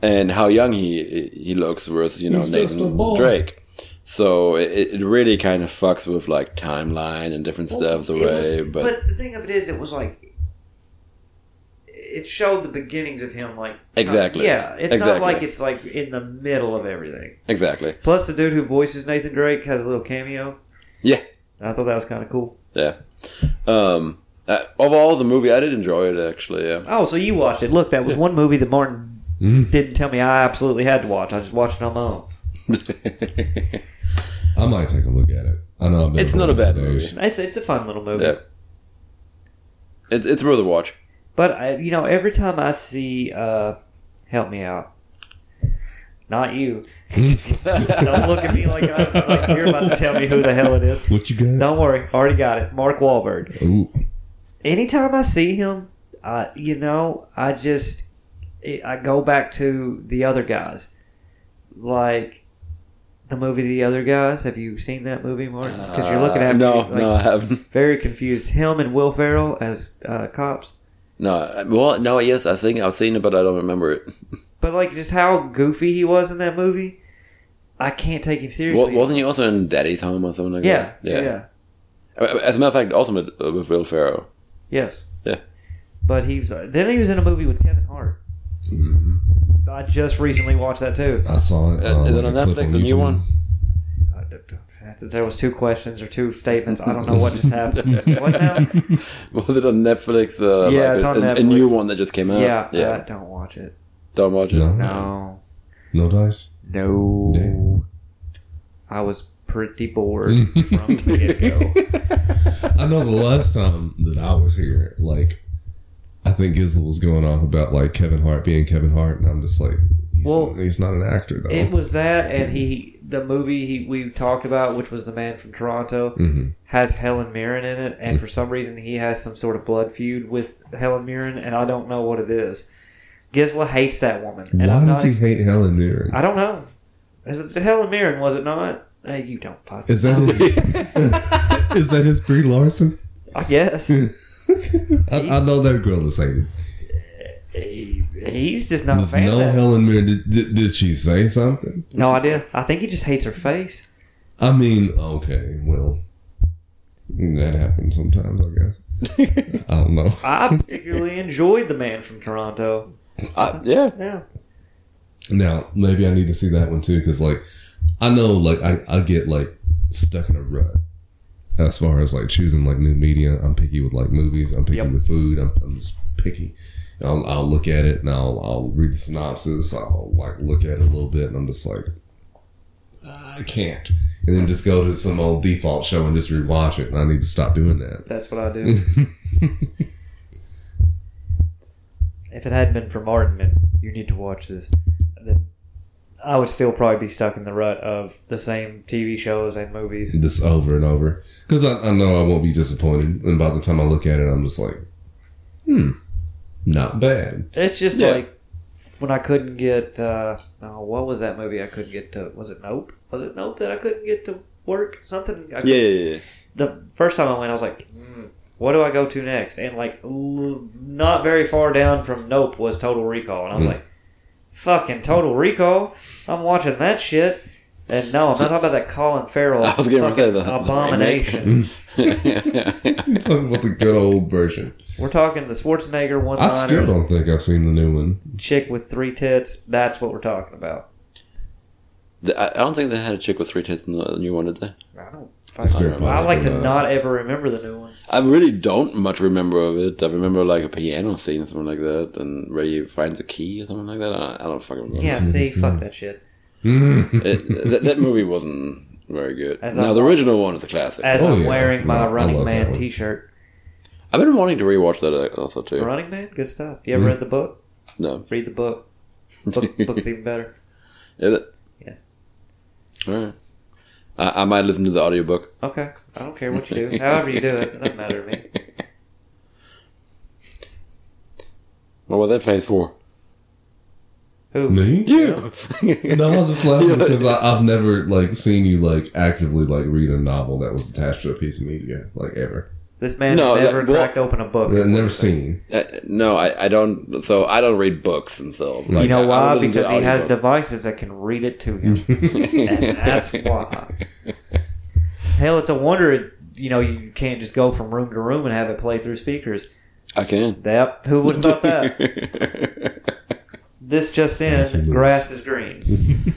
A: and how young he he looks versus you know
C: He's just a
A: Nathan
C: boy.
A: Drake. So it, it really kind of fucks with like timeline and different stuff the
B: It was-
A: way,
B: but,
A: but
B: the thing of it is, it was like it showed the beginnings of him, like
A: Exactly.
B: yeah, it's
A: Exactly.
B: not like it's like in the middle of everything.
A: exactly.
B: Plus, the dude who voices Nathan Drake has a little cameo.
A: Yeah.
B: I thought that was kind of cool.
A: Um, uh, of all the movie, I did enjoy it actually. Yeah,
B: Oh, so you watched it? Look, that was one movie that Martin
C: Mm.
B: didn't tell me I absolutely had to watch. I just watched it on my own.
C: I might take a look at it. I know. I've been
A: It's not a
C: avoiding
A: bad
C: those.
A: movie.
B: It's it's a fun little movie.
A: Yeah. it's it's worth a watch.
B: But I, you know, every time I see, uh, help me out. Not you. Don't look at me like, I, like you're about to tell me who the hell it is.
C: What you got?
B: Don't worry, already got it. Mark Wahlberg.
C: Ooh.
B: Anytime I see him, I you know I just it, I go back to the other guys, like the movie The Other Guys. Have you seen that movie, Martin? Because you're looking
A: Uh,
B: at me
A: no,
B: like,
A: no, I haven't.
B: very confused. Him and Will Ferrell as uh, cops.
A: No, I- well, no, yes, I think I've seen it, but I don't remember it.
B: But like just how goofy he was in that movie, I can't take him seriously.
A: Wa- wasn't he also in Daddy's Home or something like
B: yeah,
A: that?
B: yeah,
A: As a matter of fact, Ultimate uh, with Will Ferrell.
B: yes,
A: Yeah.
B: But he was then he was in a movie with Kevin Hart.
C: Mhm.
B: I just recently watched that too.
C: I saw it.
A: Uh,
C: uh,
A: is it
C: like
A: on
C: a clip
A: Netflix? The new
C: YouTube.
A: one?
B: There was two questions or two statements. I don't know what just happened. what now?
A: Was it on Netflix? Uh,
B: Yeah,
A: like
B: it's
A: a,
B: on
A: a- A
B: Netflix.
A: new one that just came out.
B: yeah, uh,
A: yeah.
B: I don't watch it.
A: don't watch it.
C: No.
B: No,
C: No dice.
B: no.
C: Damn.
B: I was pretty bored from the get go.
C: I know the last time that I was here, like, I think Gizzle was going off about like Kevin Hart being Kevin Hart, and I'm just like, he's,
B: Well,
C: he's not an actor though.
B: It was that, and he the movie he, we talked about, which was the man from Toronto.
C: hmm
B: has Helen Mirren in it, and for some reason he has some sort of blood feud with Helen Mirren, and I don't know what it is. Gisla hates that woman. And
C: Why
B: I'm
C: does
B: not,
C: he hate Helen Mirren?
B: I don't know. It's Helen Mirren, was it not? Hey, you don't fuck.
C: Is that his? is that his Brie Larson?
B: I guess
C: I, I know that girl is hated.
B: He- he's just not a
C: There's
B: fan.
C: no
B: of that.
C: Helen Mirren. Did, did, did she say something?
B: No idea. I think he just hates her face.
C: I mean, okay, well, that happens sometimes, I guess. I don't know.
B: I particularly enjoyed the man from Toronto.
A: I, Uh, yeah.
B: Yeah,
C: Now, maybe I need to see that one too, because like, I know like I, I get like stuck in a rut as far as like choosing like new media. I'm picky with like movies. I'm picky
B: Yep.
C: with food. I'm, I'm just picky. I'll, I'll look at it and I'll I'll read the synopsis. I'll like look at it a little bit, and I'm just like, I can't. And then just go to some old default show and just rewatch it. And I need to stop doing that.
B: that's what I do. if it hadn't been for Martin and you need to watch this, then I would still probably be stuck in the rut of the same TV shows and movies.
C: this over and over because I, I know I won't be disappointed. And by the time I look at it, I'm just like, hmm, not bad.
B: It's just
A: Yeah.
B: like when I couldn't get uh, oh, what was that movie I couldn't get to? Was it Nope? Was it Nope that I couldn't get to work? Something. I
A: Yeah, yeah, yeah.
B: The first time I went, I was like. Mm, what do I go to next? And like, l- not very far down from Nope was Total Recall, and I was
C: Hmm.
B: like, "Fucking Total Recall! I'm watching that shit." And no, I'm not talking about that Colin Farrell.
A: I was gonna
B: fucking
A: say the- the
B: abomination.
C: I'm talking about the good old version.
B: We're talking the Schwarzenegger one
C: I still
B: liner
C: don't think I've seen the new one.
B: chick with three tits. That's what we're talking about.
A: The- I I don't think they had a chick with three tits in the new one, did they?
B: I don't.
C: It's
B: Fucking,
C: very
A: I
C: possible.
B: I like to
C: uh,
B: not ever remember the new one.
A: I really don't much remember of it. I remember like a piano scene or something like that, and where he finds a key or something like that. I, I don't fucking remember.
B: Yeah,
C: That's-
B: see, fuck that shit.
A: It- Uh, that, that movie wasn't very good.
B: As
A: now
B: I-
A: the original one is a classic.
B: As
C: Oh,
B: I'm
C: yeah.
B: wearing my
C: No, I
B: Running
C: love that
B: Man
C: one.
B: T-shirt.
A: I've been wanting to rewatch that uh, also too.
B: Running Man, good stuff. You ever
C: Yeah.
B: read the book?
A: No,
B: Read the book. book book's even better.
A: is it?
B: Yes.
A: All right. I, I might listen to the audiobook.
B: Okay, I don't care what you do. However you do it, it doesn't matter to me.
A: What was that phase for?
B: Who?
C: Me?
A: You.
C: No, I was just laughing because I, I've never like seen you like actively like read a novel that was attached to a piece of media like ever.
B: This man
A: No,
B: has never
A: that- well-
B: cracked open a book.
C: I've never seen.
A: Uh, no, I, I don't. So I don't read books and so. Like,
B: you know
A: I- I
B: why?
A: don't listen to
B: Because he has
A: audiobook.
B: devices that can read it to him, and that's why. Hell, it's a wonder it, you know you can't just go from room to room and have it play through speakers.
A: I can.
B: Yep, who would have thought that? This just in:
C: Yes, it
B: grass is green.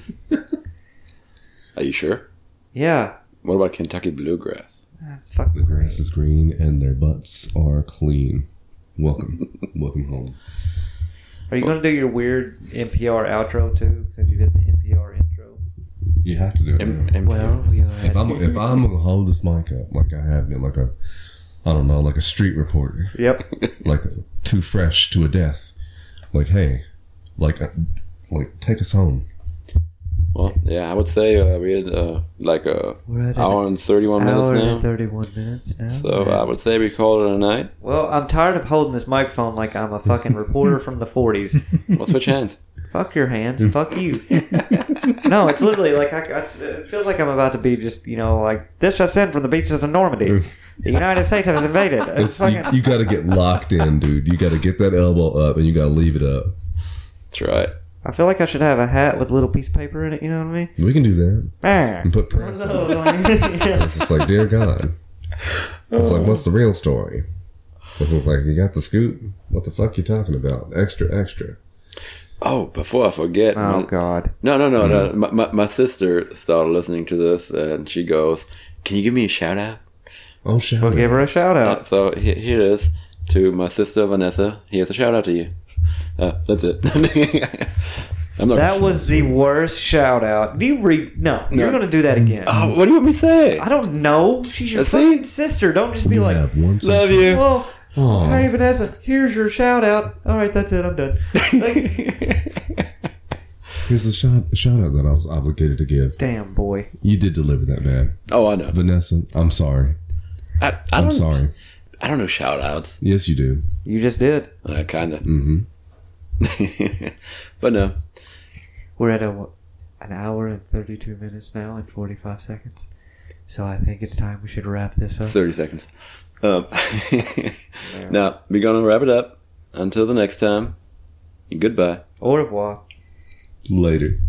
A: Are you sure?
B: Yeah,
A: What about Kentucky bluegrass?
B: Ah, fuck
C: The grass is green and their butts are clean. Welcome, welcome home.
B: Are you going to do your weird NPR outro too? Since you did the NPR intro.
C: You have to do
B: Mm.
C: it.
A: M-
C: now.
A: M-
B: we
C: If I'm if I'm gonna hold this mic up like I have been, like a I don't know, like a street reporter,
B: Yep.
C: like too fresh to a death, like hey, like uh, like take us home.
A: Well, yeah, I would say uh, we had uh, like a
D: We're at an
A: hour and thirty-one minutes
D: hour and
A: now.
D: 31 minutes now.
A: So uh, I would say we call it a night.
B: Well, I'm tired of holding this microphone like I'm a fucking reporter from the 40s.
A: We'll switch hands.
B: Fuck your hands. Fuck you. no, it's literally like I, I it feels like I'm about to be just you know like this just in from the beaches of Normandy. The United States has invaded. It's
C: It's, you,
B: fucking-
C: you got to get locked in, dude. You got to get that elbow up and you got to leave it up.
A: That's right.
B: I feel like I should have a hat with a little piece of paper in it. You know what I mean?
C: We can do that
B: Ah.
C: and put press. on it.
B: Yeah.
C: It's just like, dear God. It's like, what's the real story? This is like, you got the scoop. What the fuck you talking about? Extra, extra.
A: Oh, before I forget,
B: Oh Mm-hmm.
A: my-
B: God!
A: no, no, no, no. My, my, my sister started listening to this, and she goes, "Can you give me a shout out?"
C: Oh, shout
B: We'll give her a shout
A: Uh,
B: out.
A: so he- here it is to my sister Vanessa. Here's a shout out to you. Uh, that's it. I'm not.
B: That was the worst shout out. Do you re? No, you're gonna do that
D: Mm.
B: again.
A: Oh, what do you want me to say?
B: I don't know. She's your
A: Uh, see?
B: fucking sister. Don't just be
C: You
B: like,
C: have one
A: Love
C: sister.
A: you.
B: well,
C: Aw.
B: hey Vanessa, here's your shout out. All right, that's it. I'm done. Like,
C: Here's a shout, shout out that I was obligated to give.
B: damn boy.
C: You did deliver that, man.
A: oh, I know.
C: Vanessa, I'm sorry.
A: I, I
C: I'm
A: don't.
C: sorry.
A: I don't know shout outs.
C: Yes, you do.
B: You just did.
A: Uh, kind of.
C: Mhm.
A: but no.
D: We're at a, an hour and 32 minutes now and 45 seconds. So I think it's time we should wrap this up.
A: 30 seconds. Um, now, we're going to wrap it up. Until the next time, goodbye.
B: Au revoir.
C: Later.